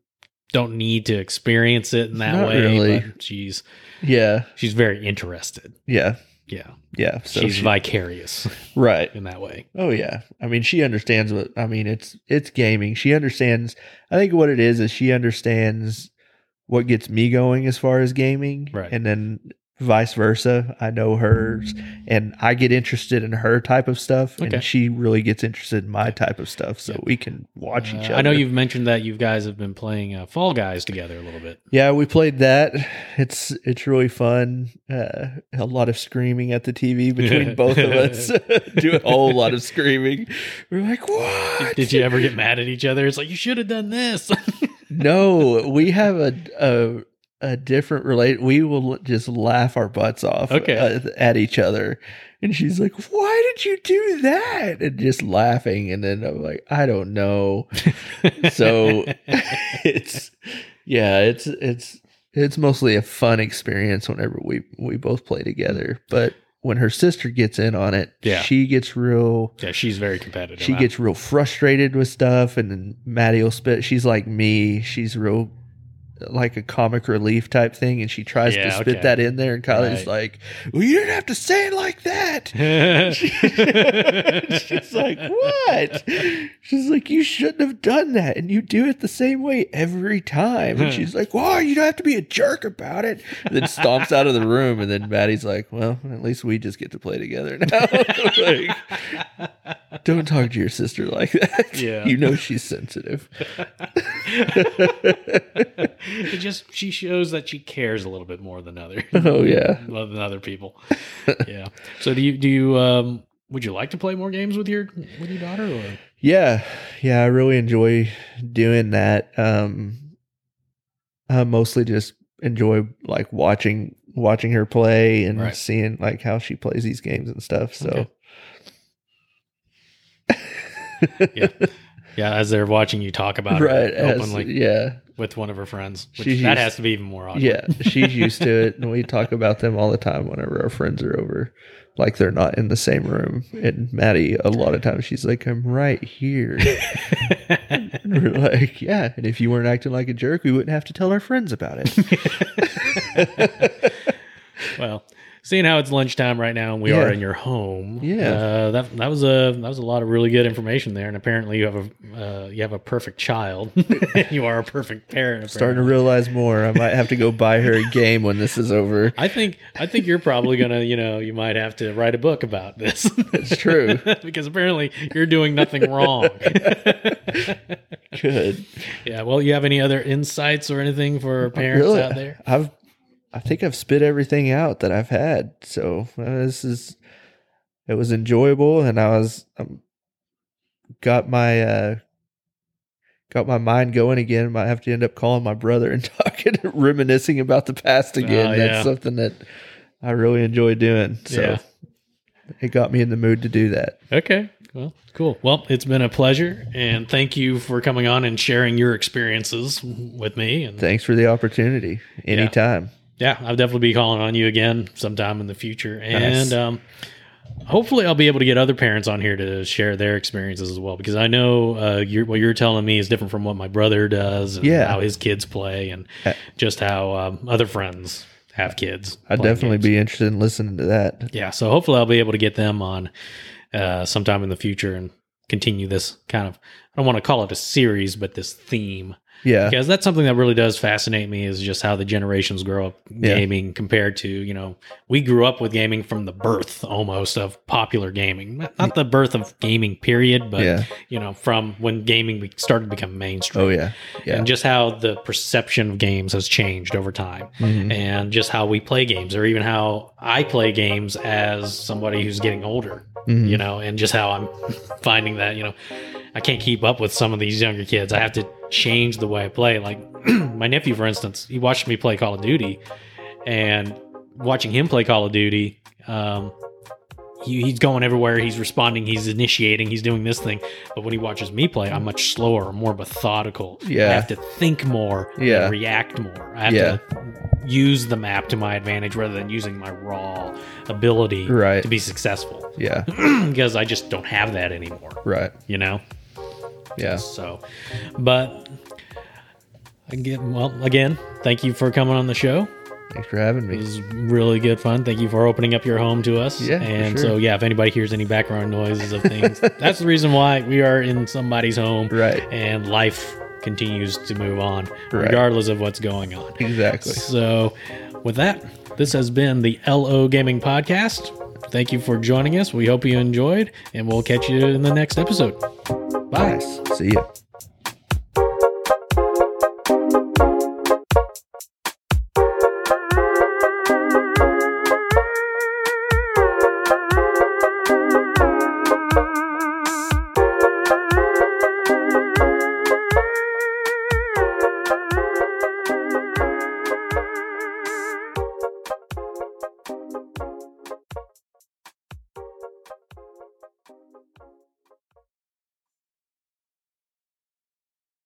don't need to experience it in that
Not
way.
really.
But she's
yeah,
she's very interested.
yeah,
Yeah,
yeah. So
she's
she- (laughs)
vicarious
right.
in that way.
Oh yeah. I mean, she understands what I mean, it's it's gaming. She understands I think what it is is she understands what gets me going as far as gaming.
Right.
And then vice versa. I know hers and I get interested in her type of stuff
Okay.
and she really gets interested in my type of stuff. So
Yeah.
we can watch each
Uh,
other.
I know you've mentioned that you guys have been playing uh, Fall Guys together a little bit.
Yeah, we played that. It's it's really fun. Uh, a lot of screaming at the TV between
(laughs)
both of us. (laughs) Do a whole lot of screaming. We're like, what?
Did you ever get mad at each other? It's like you should have done this. (laughs)
no, we have a a, a different relate. We will just laugh our butts off
Okay.
uh, at each other. And she's like, "Why did you do that?" And just laughing. And then I'm like, "I
(laughs)
don't know." So (laughs) it's yeah, it's it's it's mostly a fun experience whenever we we both play together. But when her sister gets in on it,
Mm. Yeah.
she gets real
yeah, she's very competitive.
she gets real frustrated with stuff and then maddie will spit she's like me she's real like a comic relief type thing and she tries
Yeah,
to spit
okay.
that in there and
Right.
kylie's like well you didn't have to say it like that (laughs)
(laughs)
she's like what she's like you shouldn't have done that and you do it the same way every time and she's like why you don't have to be a jerk about it and then stomps out of the room and then maddie's like well at least we just get to play together now (laughs) like, don't talk to your sister like that.
Yeah.
You know she's sensitive.
it just she shows that she cares a little bit more than others.
(laughs) Oh yeah.
Love (laughs) than other people. yeah. So do you do you um would you like to play more games with your with your daughter or
Yeah. Yeah, I really enjoy doing that. Um I mostly just enjoy like watching watching her play and
Right.
seeing like how she plays these games and stuff. So (laughs)
Okay. yeah, as they're watching you talk about her
right as-
openly
yeah.
with one of her friends, which
She's
that
used-
has to be even more awkward.
Yeah, she's used to it, and we talk about them all the time whenever our friends are over. Like they're not in the same room, and Maddie a lot of times she's like, "I'm
(laughs)
right here." And we're like, "Yeah," and if you weren't acting like a jerk, we wouldn't have to tell our friends about it.
well, seeing how it's lunchtime right now and we
Yeah.
are in your home.
Yeah.
uh, that that was a that was a lot of really good information there, and apparently you have a uh, you have a perfect child. (laughs) you are a perfect parent.
Starting to
apparently.
realize more. I might have to go buy her
(laughs)
a game when this is over.
I think I think you're probably gonna you know you might have to write a book about this.
It's true.
(laughs) because apparently you're doing nothing
(laughs)
wrong.
Good.
yeah. Well, you have any other insights or anything for parents
Really?
out there?
I've I think I've spit everything out that I've had. So uh, this is it was enjoyable, and I was um, got my uh, got my mind going again. Might have to end up calling my brother and (laughs) talking, reminiscing about the past again.
Oh,
That's
yeah.
something that I really enjoy doing. So
Yeah.
it got me in the mood to do that.
Okay. Well, cool. Well, it's been a pleasure, and thank you for coming on and sharing your experiences with me. And
Thanks for the opportunity. Anytime.
yeah, I'll definitely be calling on you again sometime in the future, and
Nice.
um, hopefully, I'll be able to get other parents on here to share their experiences as well. Because I know uh, you're, what you're telling me is different from what my brother does, and
Yeah.
how his kids play, and
Uh,
just how um, other friends have kids.
I'd
playing
definitely
games.
be interested in listening to that.
yeah. So hopefully, I'll be able to get them on uh, sometime in the future and continue this kind of. I don't want to call it a series, but this theme
Yeah.
because that's something that really does fascinate me is just how the generations grow up
Yeah.
gaming compared to you know we grew up with gaming from the birth almost of popular gaming not not the birth of gaming period but
Yeah.
you know from when gaming be- started to become mainstream
Oh yeah. Yeah.
and just how the perception of games has changed over time
Mhm.
and just how we play games or even how I play games as somebody who's getting older,
Mhm.
you know, and just how I'm (laughs) finding that, you know, I can't keep up with some of these younger kids. I have to change the way I play. Like (clears throat) my nephew, for instance, he watched me play Call of Duty and watching him play Call of Duty, um, he, he's going everywhere. He's responding. He's initiating. He's doing this thing. But when he watches me play, I'm much slower, more methodical.
Yeah.
I have to think more. and
Yeah.
react more. I have
Yeah.
to use the map to my advantage rather than using my raw ability
Right.
to be successful (clears throat)
Yeah.
because I just don't have that anymore.
Right.
You know.
Yeah.
So, but again, well, again, thank you for coming on the show.
Thanks for having
It
me.
was really good fun. Thank you for opening up your home to us.
Yeah, for
And
sure.
so, yeah, if anybody hears any background noises of
(laughs)
things, that's the reason why we are in somebody's home.
Right.
And life continues to move on,
Right.
regardless of what's going on.
Exactly.
So, with that, this has been the LO Gaming Podcast. Thank you for joining us. We hope you enjoyed, and we'll catch you in the next episode. Bye.
Nice. See ya.